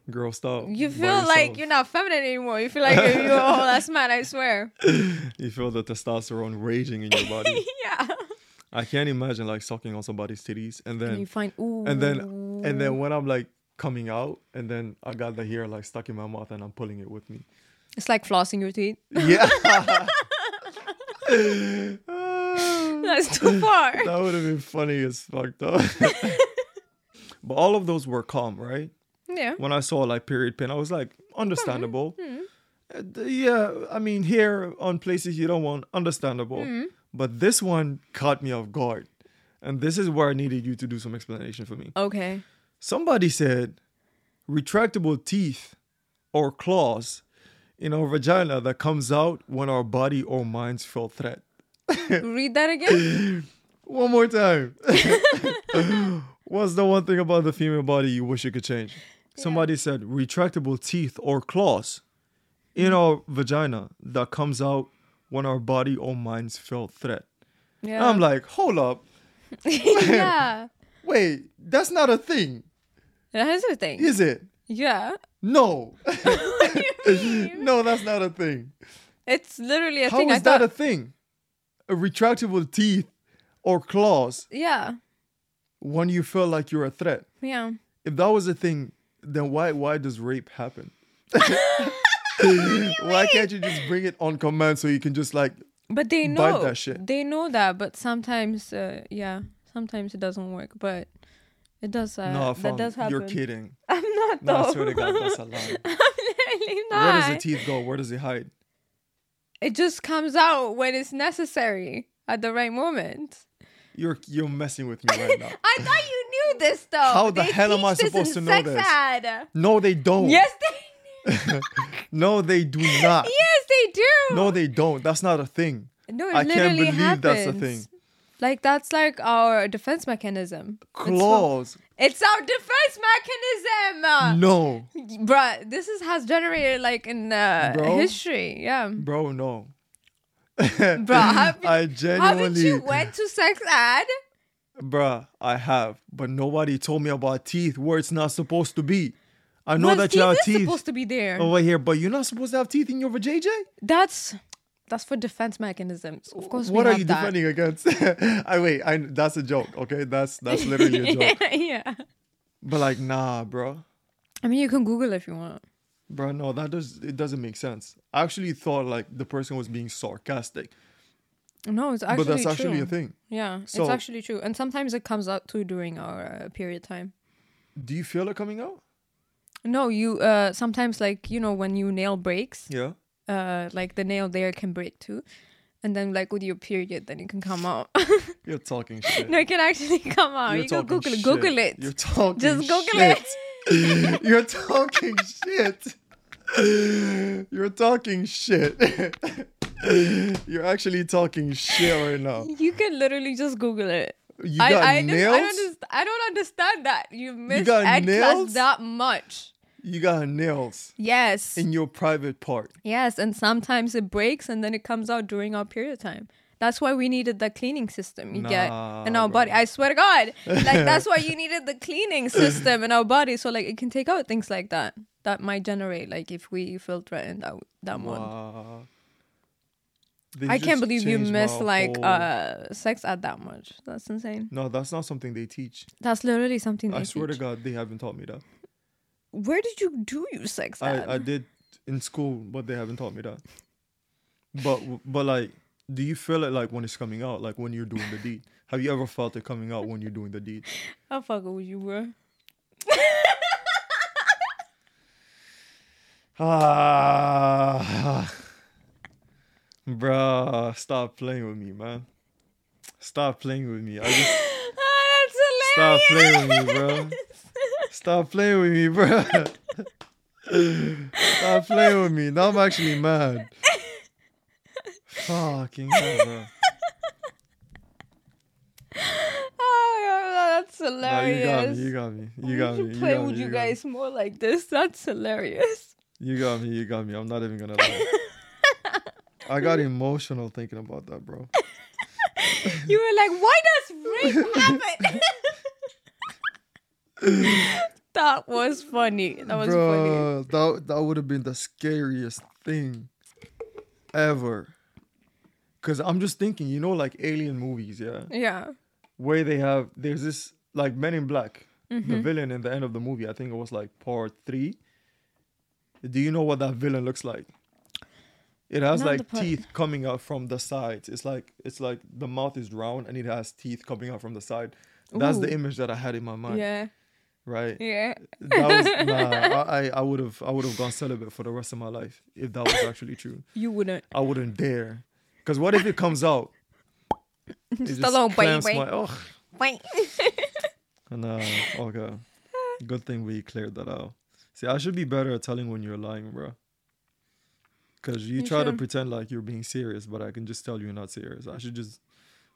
B: Girl, stop.
C: you
B: by
C: feel like
B: yourself.
C: you're not feminine anymore. You feel like you're, you're a whole ass man, I swear.
B: You feel the testosterone raging in your body.
C: Yeah.
B: I can't imagine like sucking on somebody's titties and then
C: And you find ooh
B: and then and then when I'm like coming out and then I got the hair like stuck in my mouth and I'm pulling it with me.
C: it's like flossing your teeth.
B: Yeah.
C: That's too far.
B: that would have been funny as fuck though. but all of those were calm, right?
C: yeah.
B: When I saw like period pain, I was like, understandable. Uh, d- Yeah, I mean here on places you don't want understandable. But this one caught me off guard. And this is where I needed you to do some explanation for me.
C: Okay.
B: Somebody said retractable teeth or claws in our vagina that comes out when our body or minds feel threat.
C: Read that again.
B: One more time. What's the one thing about the female body you wish you could change? Somebody said retractable teeth or claws in
C: Mm.
B: our vagina that comes out when our body or minds feel threat. And
C: Yeah.
B: I'm like, hold up.
C: yeah.
B: Wait, that's not a thing,
C: That is the thing.
B: is it?
C: yeah.
B: No. no, that's not a thing.
C: It's literally a
B: How is
C: thing. I
B: that
C: thought.
B: a thing? A retractable teeth or claws
C: yeah.
B: when you feel like you're a threat.
C: Yeah.
B: If that was a thing, then why why does rape happen? why can't you just bring it on command so you can just like
C: But they
B: Bite
C: know
B: that shit.
C: They know that, but sometimes, uh, yeah, sometimes it doesn't work, but it does. Uh,
B: no,
C: that
B: fam,
C: does happen.
B: you're kidding.
C: I'm not
B: No,
C: though.
B: I swear to God, that's a lie.
C: I'm literally
B: Where
C: not.
B: does the teeth go? Where does it hide?
C: it just comes out when it's necessary at the right moment.
B: You're you're messing with me right now.
D: I thought you knew this though.
B: How the
D: They
B: hell am
D: teach
B: I
D: this in
B: supposed to know
D: sex
B: this?
D: Ed.
B: No, they don't.
C: Yes, they,
B: No, they do not.
C: yes, they do.
B: No, they don't. That's not a thing.
C: No, it
B: I
C: literally
B: can't believe
C: happens.
B: that's a thing.
C: Like that's like our defense mechanism. It's what-
B: Claws.
C: It's our defense mechanism.
B: No,
C: Bruh, this is has generated like in uh,
B: Bro.
C: history. Yeah.
B: bro, no.
C: Bruh, have
B: I
C: haven't
B: genuinely,
C: you went to sex ed?
B: bruh, I have, but nobody told me about teeth where it's not supposed to be. I know
C: Well,
B: that you Oh. have
C: is
B: teeth
C: supposed to be there.
B: over here, but you're not supposed to have teeth in your vajayjay.
C: That's that's for defense mechanisms. Of course, we
B: What are
C: have
B: you
C: that.
B: defending against? I wait, I that's a joke, okay? That's that's literally a joke.
C: yeah.
B: But like, nah, bro.
C: I mean, you can Google if you want.
B: Bro, no, that does it doesn't make sense. I actually thought like the person was being sarcastic,
C: No, it's actually
B: but that's actually
C: true.
B: a thing.
C: Yeah, it's
B: So-
C: actually true. And sometimes it comes out too during our uh, period time.
B: Do you feel it coming out?
C: No, you uh sometimes like you know when you nail breaks,
B: Yeah.
C: uh like the nail there can break too. And then like with your period then it can come out.
B: You're talking shit.
C: no, it can actually come out. Oh, you can
B: talking
C: Google it.
B: shit.
C: Google it.
B: You're talking
C: Just Google
B: shit.
C: it.
B: it. You're talking shit. You're talking shit. You're actually talking shit right now.
C: You can literally just Google it.
B: You
C: I,
B: got
C: I, just-
B: nails?
C: I, don't underst- I don't understand that. You missed
B: got
C: ed
B: nails?
C: class that much.
B: You got nails
C: Yes.
B: in your private part.
C: Yes, and sometimes it breaks and then it comes out during our period time. That's why we needed the cleaning system you get in
B: Nah,
C: our
B: bro.
C: body. I swear to God. Like that's why you needed the cleaning system in our body. So like it can take out things like that. That might generate like if we feel threatened that that month.
B: Wow. They
C: I can't
B: just
C: believe you
B: changed my
C: miss like
B: whole-
C: uh sex at that much. That's insane.
B: No, that's not something they teach.
C: That's literally something
B: I
C: they
B: swear
C: teach.
B: to God, they haven't taught me that.
C: Where did you do your sex at?
B: I, I did in school, but they haven't taught me that. But but like, do you feel it like when it's coming out, like when you're doing the deed? Have you ever felt it coming out when you're doing the deed?
C: How fucking with you, bro?
B: Ah, bruh, stop playing with me, man. Stop playing with me. I just Stop playing with me, bro. Stop playing with me, bro. Stop playing with me. Now I'm actually mad. Fucking hell, bro.
C: Oh, that's
B: Nah, you
C: hilarious.
B: got me. You got me. You got
C: we
B: me.
C: should
B: You
C: play
B: got me.
C: with you
B: got me.
C: guys more like this. That's hilarious.
B: You got me. You got me. I'm not even gonna lie. I got emotional thinking about that, bro.
C: You were like, why does rape happen? that was funny. That was funny.
B: Bro, that that would have been the scariest thing ever. Cause I'm just thinking, you know, like alien movies, yeah.
C: Yeah.
B: where they have there's this like Men in Black,
C: Mm-hmm.
B: the villain in the end of the movie. I think it was like part three. Do you know what that villain looks like? It has
C: Not the
B: like
C: part-
B: teeth coming out from the sides. It's like it's like the mouth is round and it has teeth coming out from the side. That's the
C: Ooh.
B: image that I had in my mind.
C: Yeah.
B: Right.
C: Yeah.
B: That was nah, I I would have I would have gone celibate for the rest of my life if that was actually true.
C: You wouldn't.
B: I wouldn't dare. Cause what if it comes out? It just
D: little
B: clamps
D: baby.
B: my- ugh.
D: Wait.
B: No, okay. Good thing we cleared that out. See, I should be better at telling when you're lying, bro. Cause you, try to pretend like you're being serious, but I can just tell you're not serious. I should just,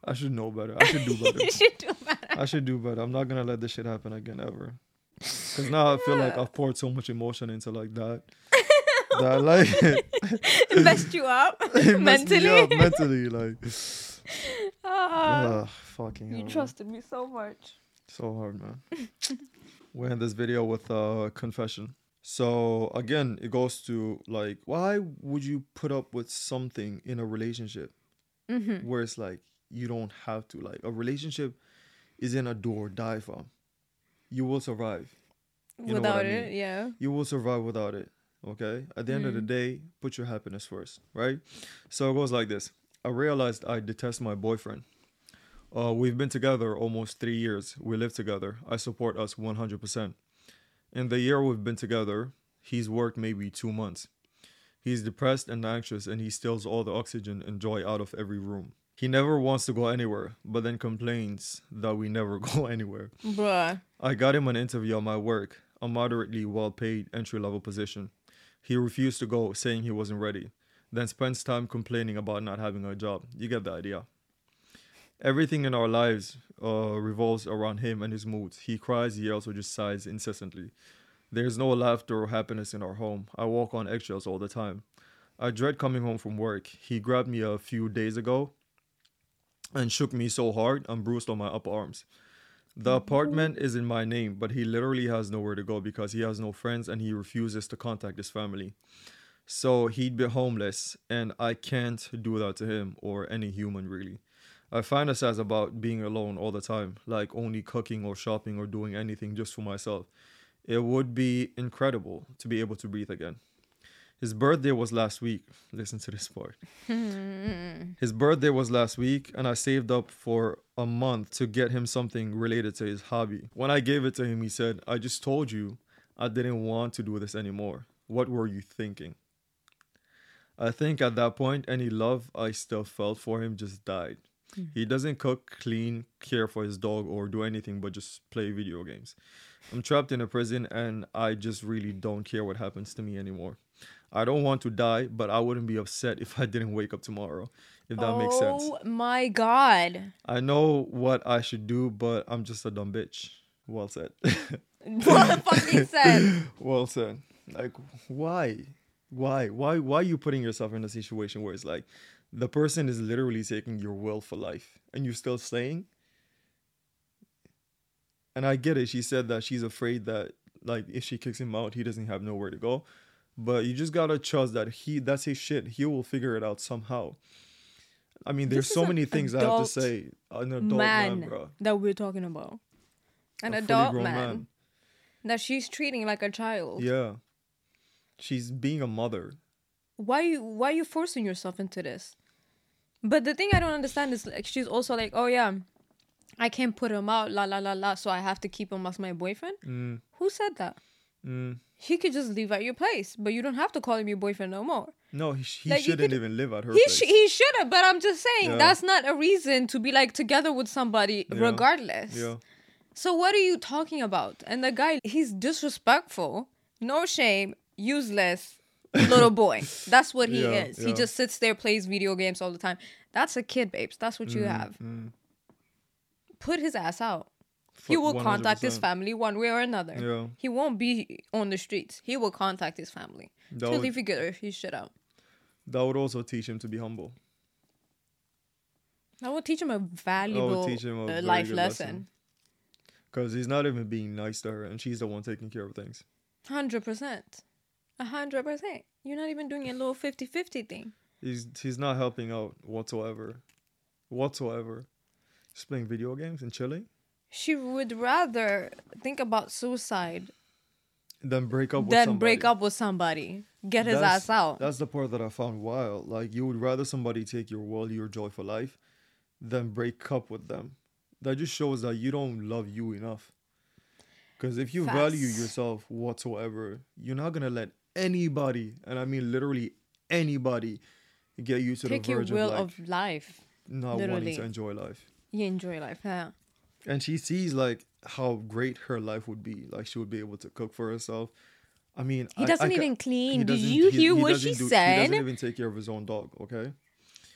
B: I should know better. I should do better.
D: should do better.
B: I should do better. I'm not gonna let this shit happen again ever. Cause now I feel like I've poured so much emotion into like that. that like
D: Messed you up
B: it messed me
D: mentally.
B: up mentally, like ugh, fucking hell,
C: Ah. You
B: bro.
C: trusted me so much.
B: So hard, man. we end this video with a confession. So again, it goes to like, why would you put up with something in a relationship
C: Mm-hmm.
B: where it's like you don't have to? Like a relationship is in a do or die for. You will survive. You know what I
C: Without
B: mean.
C: it, yeah.
B: You will survive without it. Okay. At the end of the day, put your happiness first, right? So it goes like this. I realized I detest my boyfriend Uh, we've been together almost three years. We live together. I support us 100%. In the year we've been together, he's worked maybe two months. He's depressed and anxious, and he steals all the oxygen and joy out of every room. He never wants to go anywhere, but then complains that we never go anywhere.
C: Bruh.
B: I got him an interview at my work, a moderately well paid entry level position. He refused to go, saying he wasn't ready, then spends time complaining about not having a job. You get the idea. Everything in our lives uh, revolves around him and his moods. He cries, he also just sighs incessantly. There's no laughter or happiness in our home. I walk on eggshells all the time. I dread coming home from work. He grabbed me a few days ago and shook me so hard I'm bruised on my upper arms. The apartment is in my name, but he literally has nowhere to go because he has no friends and he refuses to contact his family. So he'd be homeless, and I can't do that to him or any human really. I fantasize about being alone all the time, like only cooking or shopping or doing anything just for myself. It would be incredible to be able to breathe again. His birthday was last week. Listen to this part. his birthday was last week, and I saved up for a month to get him something related to his hobby. When I gave it to him, he said, I just told you I didn't want to do this anymore. What were you thinking? I think at that point, any love I still felt for him just died. He doesn't cook, clean, care for his dog, or do anything but just play video games. I'm trapped in a prison and I just really don't care what happens to me anymore. I don't want to die, but I wouldn't be upset if I didn't wake up tomorrow, if that makes sense.
C: Oh my god.
B: I know what I should do, but I'm just a dumb bitch. Well said.
C: What the fuck he said?
B: well said. Like, why? Why? Why? Why are you putting yourself in a situation where it's like the person is literally taking your will for life and you're still staying? And I get it. She said that she's afraid that, like, if she kicks him out, he doesn't have nowhere to go. But you just gotta trust that he, that's his shit. He will figure it out somehow. I mean, there's
C: This
B: so
C: is an
B: many things I have to
C: adult
B: say. An adult man,
C: Man,
B: bro.
C: that we're talking about. An
B: A fully
C: adult
B: grown
C: man, that she's treating like a child.
B: Yeah. She's being a mother.
C: Why you why you forcing yourself into this? But the thing I don't understand is like she's also like, oh yeah, I can't put him out, la la la la, so I have to keep him as my boyfriend. Who said that?
B: Mm.
C: He could just leave at your place, but you don't have to call him your boyfriend no more.
B: No, he, he
C: Like, you
B: shouldn't
C: could-
B: even live at her
C: He
B: place.
C: sh- he should have, but I'm just saying
B: Yeah.
C: that's not a reason to be like together with somebody
B: Yeah.
C: regardless.
B: yeah.
C: So what are you talking about? And the guy, he's disrespectful, no shame, useless little boy. That's what he
B: Yeah,
C: is.
B: yeah.
C: He just sits there, plays video games all the time. That's a kid, babes. That's what
B: Mm,
C: you have. Put his ass out. he
B: Fu-
C: will contact his
B: 100%.
C: family one way or another.
B: Yeah.
C: He won't be on the streets. He will contact his family
B: That
C: till
B: would-
C: he figure his shit out.
B: That would also teach him to be humble.
C: That would teach him a valuable
B: teach him a
C: uh,
B: very
C: life
B: good
C: lesson.
B: lesson. Because he's not even being nice to her, and she's the one taking care of things.
C: Hundred percent. A hundred percent. You're not even doing a little 50-50 thing.
B: He's he's not helping out whatsoever, whatsoever. Just playing video games and chilling.
C: She would rather think about suicide
B: Then break up. With
C: than
B: somebody.
C: break up with somebody. Get his
B: That's-
C: ass out.
B: That's the part that I found wild. Like you would rather somebody take your world, your joy for life, than break up with them. That just shows that you don't love you enough. Because if you value
C: Facts.
B: yourself whatsoever, you're not gonna let anybody, and I mean literally anybody, get you to
C: Take
B: the
C: your
B: verge
C: will
B: of, like,
C: of life.
B: not wanting
C: literally.
B: to enjoy life.
C: You enjoy life, huh?
B: And she sees like how great her life would be. Like she would be able to cook for herself. I mean,
C: He
B: I- I
C: doesn't
B: ca-
C: even clean. Did
B: doesn't-
C: you hear what
B: doesn't
C: she
B: He
C: said?
B: doesn't even take care of his own dog. Okay.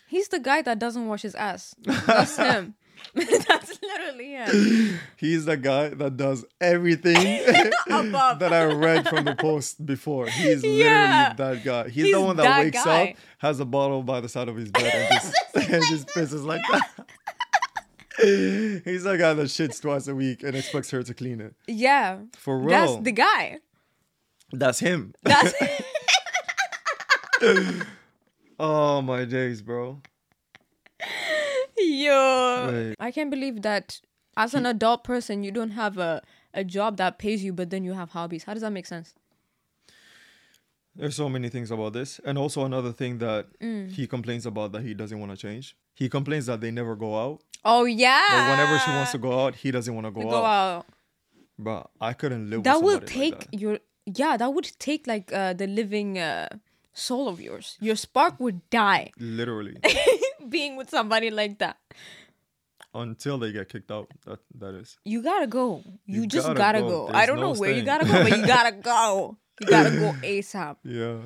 C: He's the guy that doesn't wash his ass. That's him. That's literally him.
B: He's the guy that does everything that I read from the post before. He's
C: Yeah.
B: literally that guy. He's,
C: He's
B: the one that,
C: that
B: wakes
C: guy.
B: up, has a bottle by the side of his bed, and just, and just pisses like that. He's the guy that shits twice a week and expects her to clean it.
C: Yeah.
B: For real.
C: That's the guy.
B: That's him.
C: That's
B: Oh my days, bro.
C: yo.
B: Wait.
C: I can't believe that as an adult person you don't have a, a job that pays you but then you have hobbies. How does that make sense?
B: There's so many things about this. And also another thing that he complains about that he doesn't want to change. He complains that they never go out
C: Oh yeah.
B: But whenever she wants to go out, he doesn't want to go,
C: go
B: out.
C: out.
B: But I couldn't live.
C: that
B: with
C: will
B: somebody
C: take
B: like that.
C: your yeah that would take like uh, the living uh, soul of yours your spark would die
B: literally
C: being with somebody like that
B: until they get kicked out. That that is.
C: you gotta go you,
B: You
C: just
B: gotta
C: gotta,
B: go.
C: go, i
B: There's
C: don't
B: no
C: know where you
B: staying.
C: gotta go but you gotta go you gotta go asap
B: Yeah.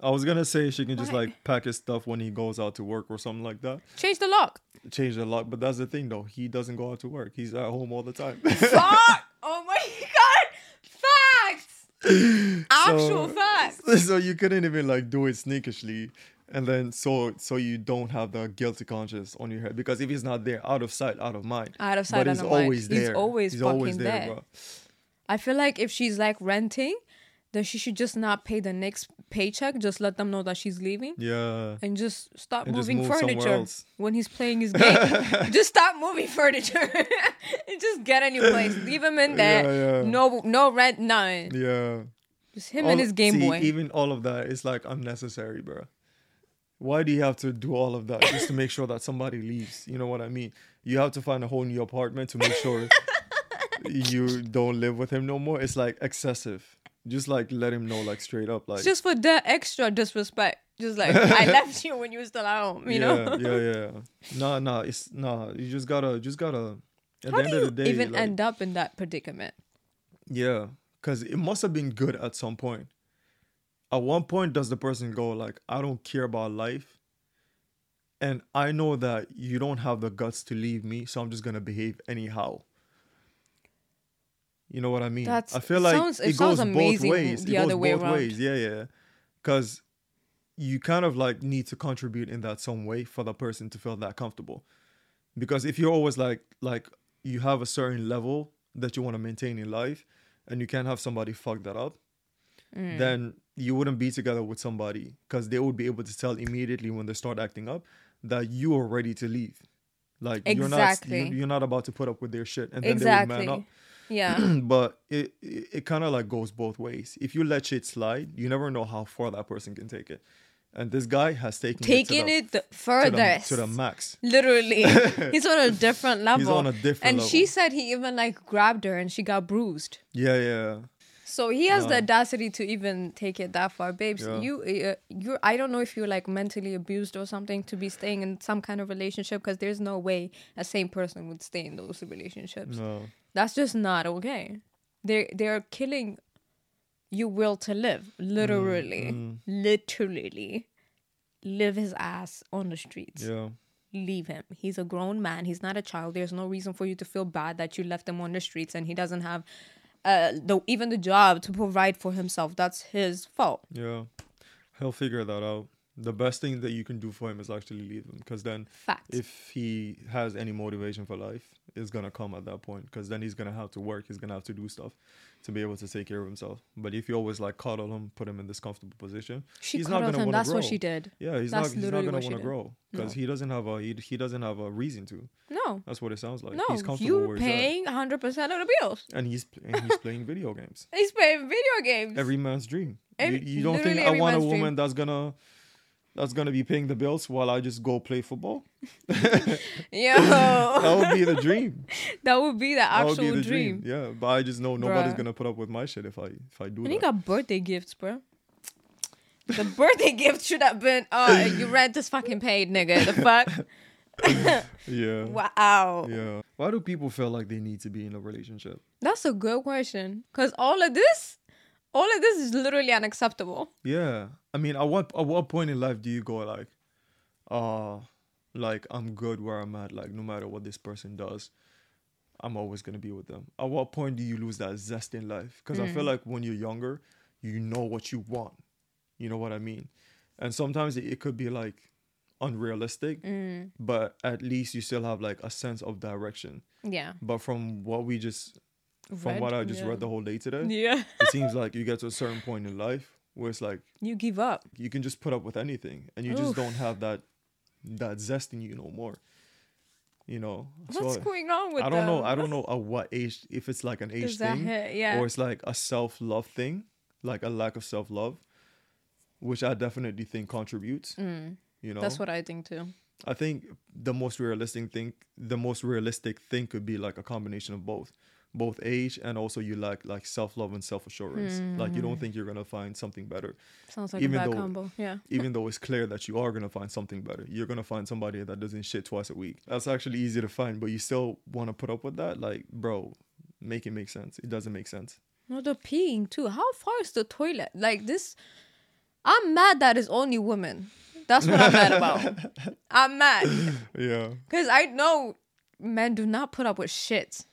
B: I was gonna say she can just like pack his stuff when he goes out to work or something like that.
C: change the lock
B: Change the lock, but that's the thing though. He doesn't go out to work. He's at home all the time.
C: fuck oh my god facts actual facts
B: so you couldn't even like do it sneakishly, and then so so you don't have the guilty conscience on your head because if he's not there, out of sight, out of mind.
C: Out of sight,
B: but
C: out
B: he's
C: of mind.
B: always
C: He's
B: there.
C: always fucking there.
B: bro.
C: I feel like if she's like renting, then she should just not pay the next paycheck. Just let them know that she's leaving.
B: Yeah.
C: And just stop
B: And just
C: moving
B: move somewhere
C: furniture
B: else.
C: when he's playing his game. just stop moving furniture and just get a new place. Leave him in there.
B: Yeah, yeah.
C: No, no rent, nothing.
B: Yeah.
C: Just him
B: All-
C: and his Game
B: see,
C: Boy.
B: Even all of that is like unnecessary, bro. Why do you have to do all of that just to make sure that somebody leaves? You know what I mean? You have to find a whole new apartment to make sure you don't live with him no more. It's like excessive. Just like let him know, like straight up, like
C: It's just for the extra disrespect. Just like I left you when you were still at home. You
B: yeah,
C: know.
B: yeah, yeah. Nah, nah. It's nah. You just gotta, just gotta. At
C: How
B: the end
C: do
B: of the
C: you
B: day,
C: even
B: like,
C: end up in that predicament?
B: Yeah, because it must have been good at some point. At one point, does the person go like, "I don't care about life," and I know that you don't have the guts to leave me, so I'm just gonna behave anyhow. You know what I mean?
C: That's-
B: I feel
C: it
B: like
C: sounds-
B: it,
C: it
B: goes
C: sounds
B: both
C: amazing
B: ways.
C: the
B: it goes
C: other way
B: both
C: around.
B: ways. Yeah, yeah. Because you kind of like need to contribute in that some way for the person to feel that comfortable because if you're always like like you have a certain level that you want to maintain in life and you can't have somebody fuck that up
C: Mm.
B: then you wouldn't be together with somebody because they would be able to tell immediately when they start acting up that you are ready to leave like you're not
C: Exactly.
B: you- you're not about to put up with their shit and then they would man
C: Exactly.
B: up
C: Yeah.
B: but it it, it kind of like goes both ways if you let shit slide you never know how far that person can take it and this guy has taken
C: Taking
B: it
C: it the
B: to the,
C: furthest.
B: to the, to the max
C: Literally, he's on a different level.
B: on a different
C: and
B: level.
C: she said he even like grabbed her and she got bruised.
B: yeah yeah
C: So he has the audacity to even take it that far, babes.
B: Yeah.
C: You, uh, you, I don't know if you're like mentally abused or something to be staying in some kind of relationship because there's no way a same person would stay in those relationships.
B: no
C: That's just not okay. They they are killing your will to live, literally,
B: Mm,
C: literally. Live his ass on the streets.
B: yeah
C: leave him. He's a grown man. He's not a child. There's no reason for you to feel bad that you left him on the streets and he doesn't have uh the, even the job to provide for himself. That's his fault.
B: Yeah, he'll figure that out. The best thing that you can do for him is actually leave him, because then,
C: Fact.
B: if he has any motivation for life, it's gonna come at that point. Because then he's gonna have to work. He's gonna have to do stuff to be able to take care of himself. But if you always like coddle him, put him in this comfortable position,
C: She
B: he's not
C: coddled
B: gonna
C: him.
B: wanna
C: That's
B: grow.
C: what she did.
B: Yeah, he's
C: That's
B: not. He's not
C: literally
B: gonna
C: what she
B: want to
C: did.
B: grow because he doesn't have a he, he doesn't have a reason to.
C: No.
B: That's what it sounds like.
C: No,
B: he's comfortable
C: you're
B: where he's at.
C: paying 100% of the bills.
B: and he's and he's playing video games.
C: He's paying video games.
B: every man's dream.
C: Every-
B: you, you don't think I
C: literally every
B: want a
C: man's dream.
B: woman that's gonna that's gonna be paying the bills while I just go play football?
C: Yo,
B: That would be the dream.
C: that would be the
B: that
C: actual
B: would be the
C: dream.
B: dream. Yeah, but I just know nobody's
C: Bruh.
B: gonna put up with my shit if I if I do
C: And
B: that.
C: he got birthday gifts, bro. The birthday gift should have been, uh, your rent is fucking paid, nigga. The fuck?
B: yeah.
C: Wow.
B: Yeah. Why do people feel like they need to be in a relationship?
C: That's a good question. Cause all of this, all of this is literally unacceptable.
B: Yeah. I mean, at what at what point in life do you go like, uh like I'm good where I'm at, like no matter what this person does, I'm always gonna be with them. At what point do you lose that zest in life? Because I
C: Mm.
B: feel like when you're younger, you know what you want. You know what I mean? And sometimes it, it could be like unrealistic,
C: Mm.
B: but at least you still have like a sense of direction.
C: Yeah.
B: But from what we just from
C: Read?
B: what I just
C: Yeah.
B: read the whole day today,
C: Yeah.
B: it seems like you get to a certain point in life where it's like
C: You give up.
B: you can just put up with anything and you just don't have that that zest in you no more you know
C: What's
B: I-
C: going on with
B: i don't know
C: them?
B: i don't know at what age if it's like an age
C: Is that
B: thing
C: it? Yeah.
B: or it's like a self-love thing like a lack of self-love which i definitely think contributes you know
C: That's Mm. what I think too.
B: I think the most realistic thing, the most realistic thing could be like a combination of both, both age and also you lack like self love and self assurance. Like you
C: Mm.
B: don't think you're gonna find something better,
C: Sounds like
B: Even
C: a bad
B: though-
C: combo. Yeah.
B: even though it's clear that you are gonna find something better. You're gonna find somebody that doesn't shit twice a week. That's actually easy to find, but you still want to put up with that. Like, bro, make it make sense. It doesn't make sense.
C: No, the peeing too. How far is the toilet? Like this, I'm mad that it's only women. That's what I'm mad about. I'm mad
B: Yeah.
C: because I know men do not put up with shit.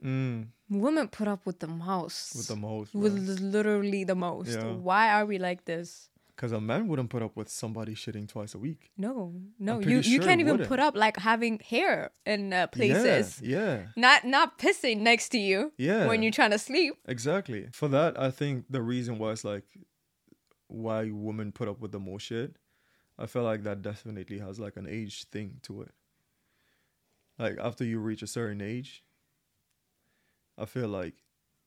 B: Mm,
C: Women put up with the most.
B: with the most.
C: With literally the most.
B: Yeah.
C: Why are we like this?
B: Because a man wouldn't put up with somebody shitting twice a week.
C: No, no.
B: pretty
C: You you
B: sure
C: can't
B: it
C: even
B: wouldn't.
C: put up like having hair in uh, places.
B: Yeah. Yeah.
C: Not not pissing next to you.
B: Yeah.
C: When you're trying to sleep.
B: Exactly. For that, I think the reason why it's like why women put up with the more shit, I feel like that definitely has like an age thing to it. Like after you reach a certain age, I feel like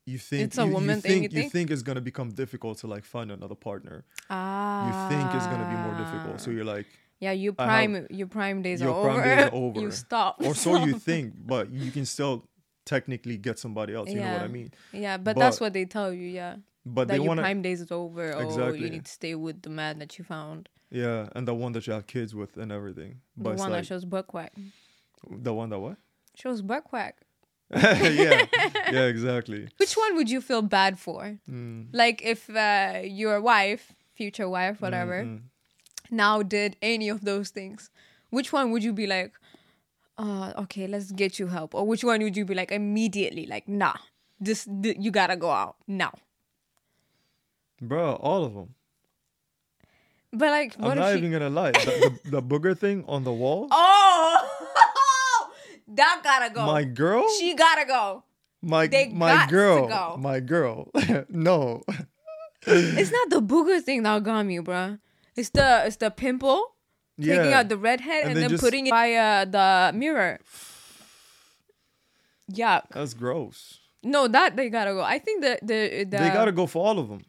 B: you think
C: It's a
B: you, you
C: woman thing, you
B: think, you
C: think?
B: think it's gonna become difficult to like find another partner. You
C: Ah.
B: think it's gonna be more difficult, so you're like
C: Yeah, your
B: I
C: prime
B: have-
C: your prime days
B: Uh-huh. your
C: are
B: prime
C: Ah. over.
B: days are over.
C: You stop.
B: or so you think, but you can still technically get somebody else. You know what
C: Yeah.
B: I mean?
C: Yeah, but, that's
B: But-
C: what they tell you. Yeah,
B: But they
C: that your
B: want to
C: prime days is over, or
B: Exactly.
C: you need to stay with the man that you found,
B: Yeah, and the one that you have kids with and everything. But
C: the
B: it's
C: one
B: like,
C: that shows butt quack.
B: the one that what?
C: Shows butt quack.
B: yeah, yeah, exactly.
C: Which one would you feel bad for?
B: Mm.
C: Like if uh, your wife, future wife, whatever,
B: Mm-hmm.
C: now did any of those things, which one would you be like, uh, okay, let's get you help? Or which one would you be like immediately, like, nah, this th- you gotta go out now.
B: Bro, all of them.
C: But like, what
B: I'm
C: if
B: not
C: she-
B: even gonna lie. The, the, the booger thing on the wall,
C: Oh, that gotta go.
B: my girl,
C: Oh, She gotta go.
B: my
C: they got
B: my
C: to
B: girl,
C: go.
B: my girl. no,
C: It's not the booger thing that got me, bruh. It's the it's the pimple taking
B: yeah,
C: out the redhead
B: And
C: and,
B: then
C: then
B: just-
C: putting it by uh, the mirror. Yuck.
B: that's gross.
C: No, that they gotta go. I think the the, the
B: they gotta go for all of them.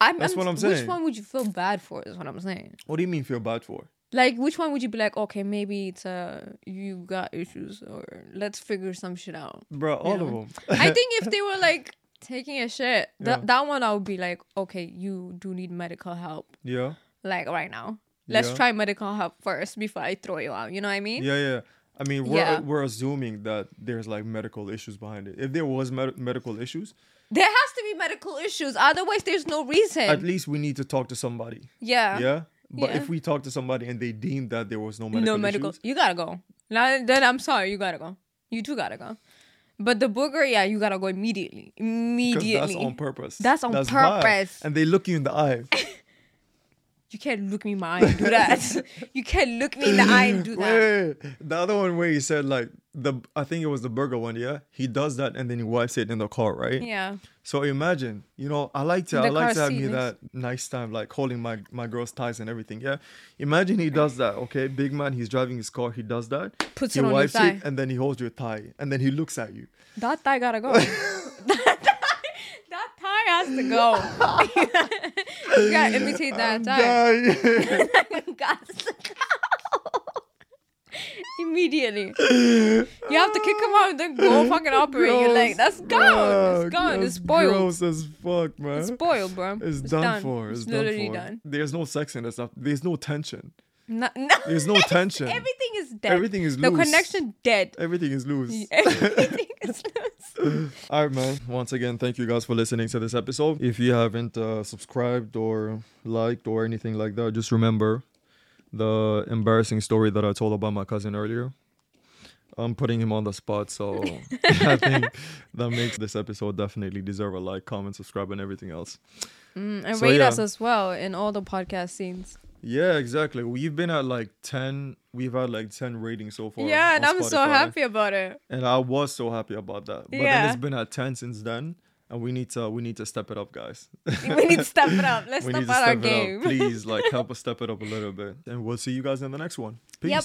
C: I'm,
B: that's what I'm
C: Which
B: saying.
C: one would you feel bad for? Is what I'm saying.
B: What do you mean feel bad for?
C: Like, which one would you be like, okay, maybe it's uh you got issues, or let's figure some shit out.
B: Bro, all of them.
C: I think if they were like taking a shit, that that one I would be like, okay, you do need medical help,
B: yeah,
C: like right now. Let's
B: Yeah.
C: try medical help first before I throw you out. You know what I mean?
B: yeah, yeah. I mean, we're
C: Yeah.
B: we're assuming that there's like medical issues behind it. If there was med- medical issues,
C: There has to be medical issues, otherwise there's no reason.
B: at least we need to talk to somebody.
C: yeah.
B: yeah but
C: Yeah.
B: if we talk to somebody and they deem that there was no medical
C: No medical.
B: issues,
C: You gotta go. Now then, I'm sorry. You gotta go. You too gotta go. But the booger, yeah, you gotta go immediately.
B: 'cause
C: Immediately.
B: that's on purpose
C: That's on
B: why.
C: purpose.
B: and they look you in the eye
C: you can't look me in my eye and do that. you can't look me in the eye and do that.
B: Wait, the other one where he said like the i think it was the burger one yeah he does that and then he wipes it in the car right
C: Yeah.
B: so imagine you know i like to
C: In
B: i
C: the
B: like
C: car
B: to have
C: seat
B: me
C: next-
B: that nice time like holding my my girl's ties and everything yeah imagine he does that okay big man he's driving his car he does that
C: Puts
B: he
C: it on your
B: wipes
C: thigh.
B: it and then he holds your tie and then he looks at you
C: That thigh gotta go. that, thigh, that thigh has to go. you gotta imitate that thigh. Gots to go. Immediately. You have to kick him out and then go fucking operate. You're like, that's gone.
B: Fuck,
C: It's gone.
B: that's
C: It's spoiled.
B: Gross as fuck, man.
C: It's spoiled, bro.
B: It's done
C: done.
B: for. It's,
C: It's
B: done
C: literally
B: for.
C: done.
B: There's no sex in this stuff. There's no tension.
C: No, no.
B: There's no tension.
C: Everything is dead.
B: Everything is
C: The
B: loose.
C: connection dead.
B: Everything is loose.
C: Everything is loose.
B: All right, man. Once again, thank you guys for listening to this episode. If you haven't uh, subscribed or liked or anything like that, just remember the embarrassing story that I told about my cousin earlier. I'm putting him on the spot, so I think that makes this episode definitely deserve a like, comment, subscribe, and everything else.
C: Mm, And
B: So,
C: rate
B: yeah.
C: us as well in all the podcast scenes.
B: Yeah, exactly. We've been at like 10, we've had like 10 ratings so far.
C: Yeah, and
B: on
C: I'm so
B: Spotify.
C: happy about it.
B: And I was so happy about that. But then
C: Yeah.
B: it's been at 10 since then. And we need to we need to step it up, guys.
C: we need to step it up. Let's
B: we
C: step
B: need
C: up
B: to
C: our
B: step it
C: game.
B: up. Please, like help us step it up a little bit. And we'll see you guys in the next one. Peace.
C: Yep.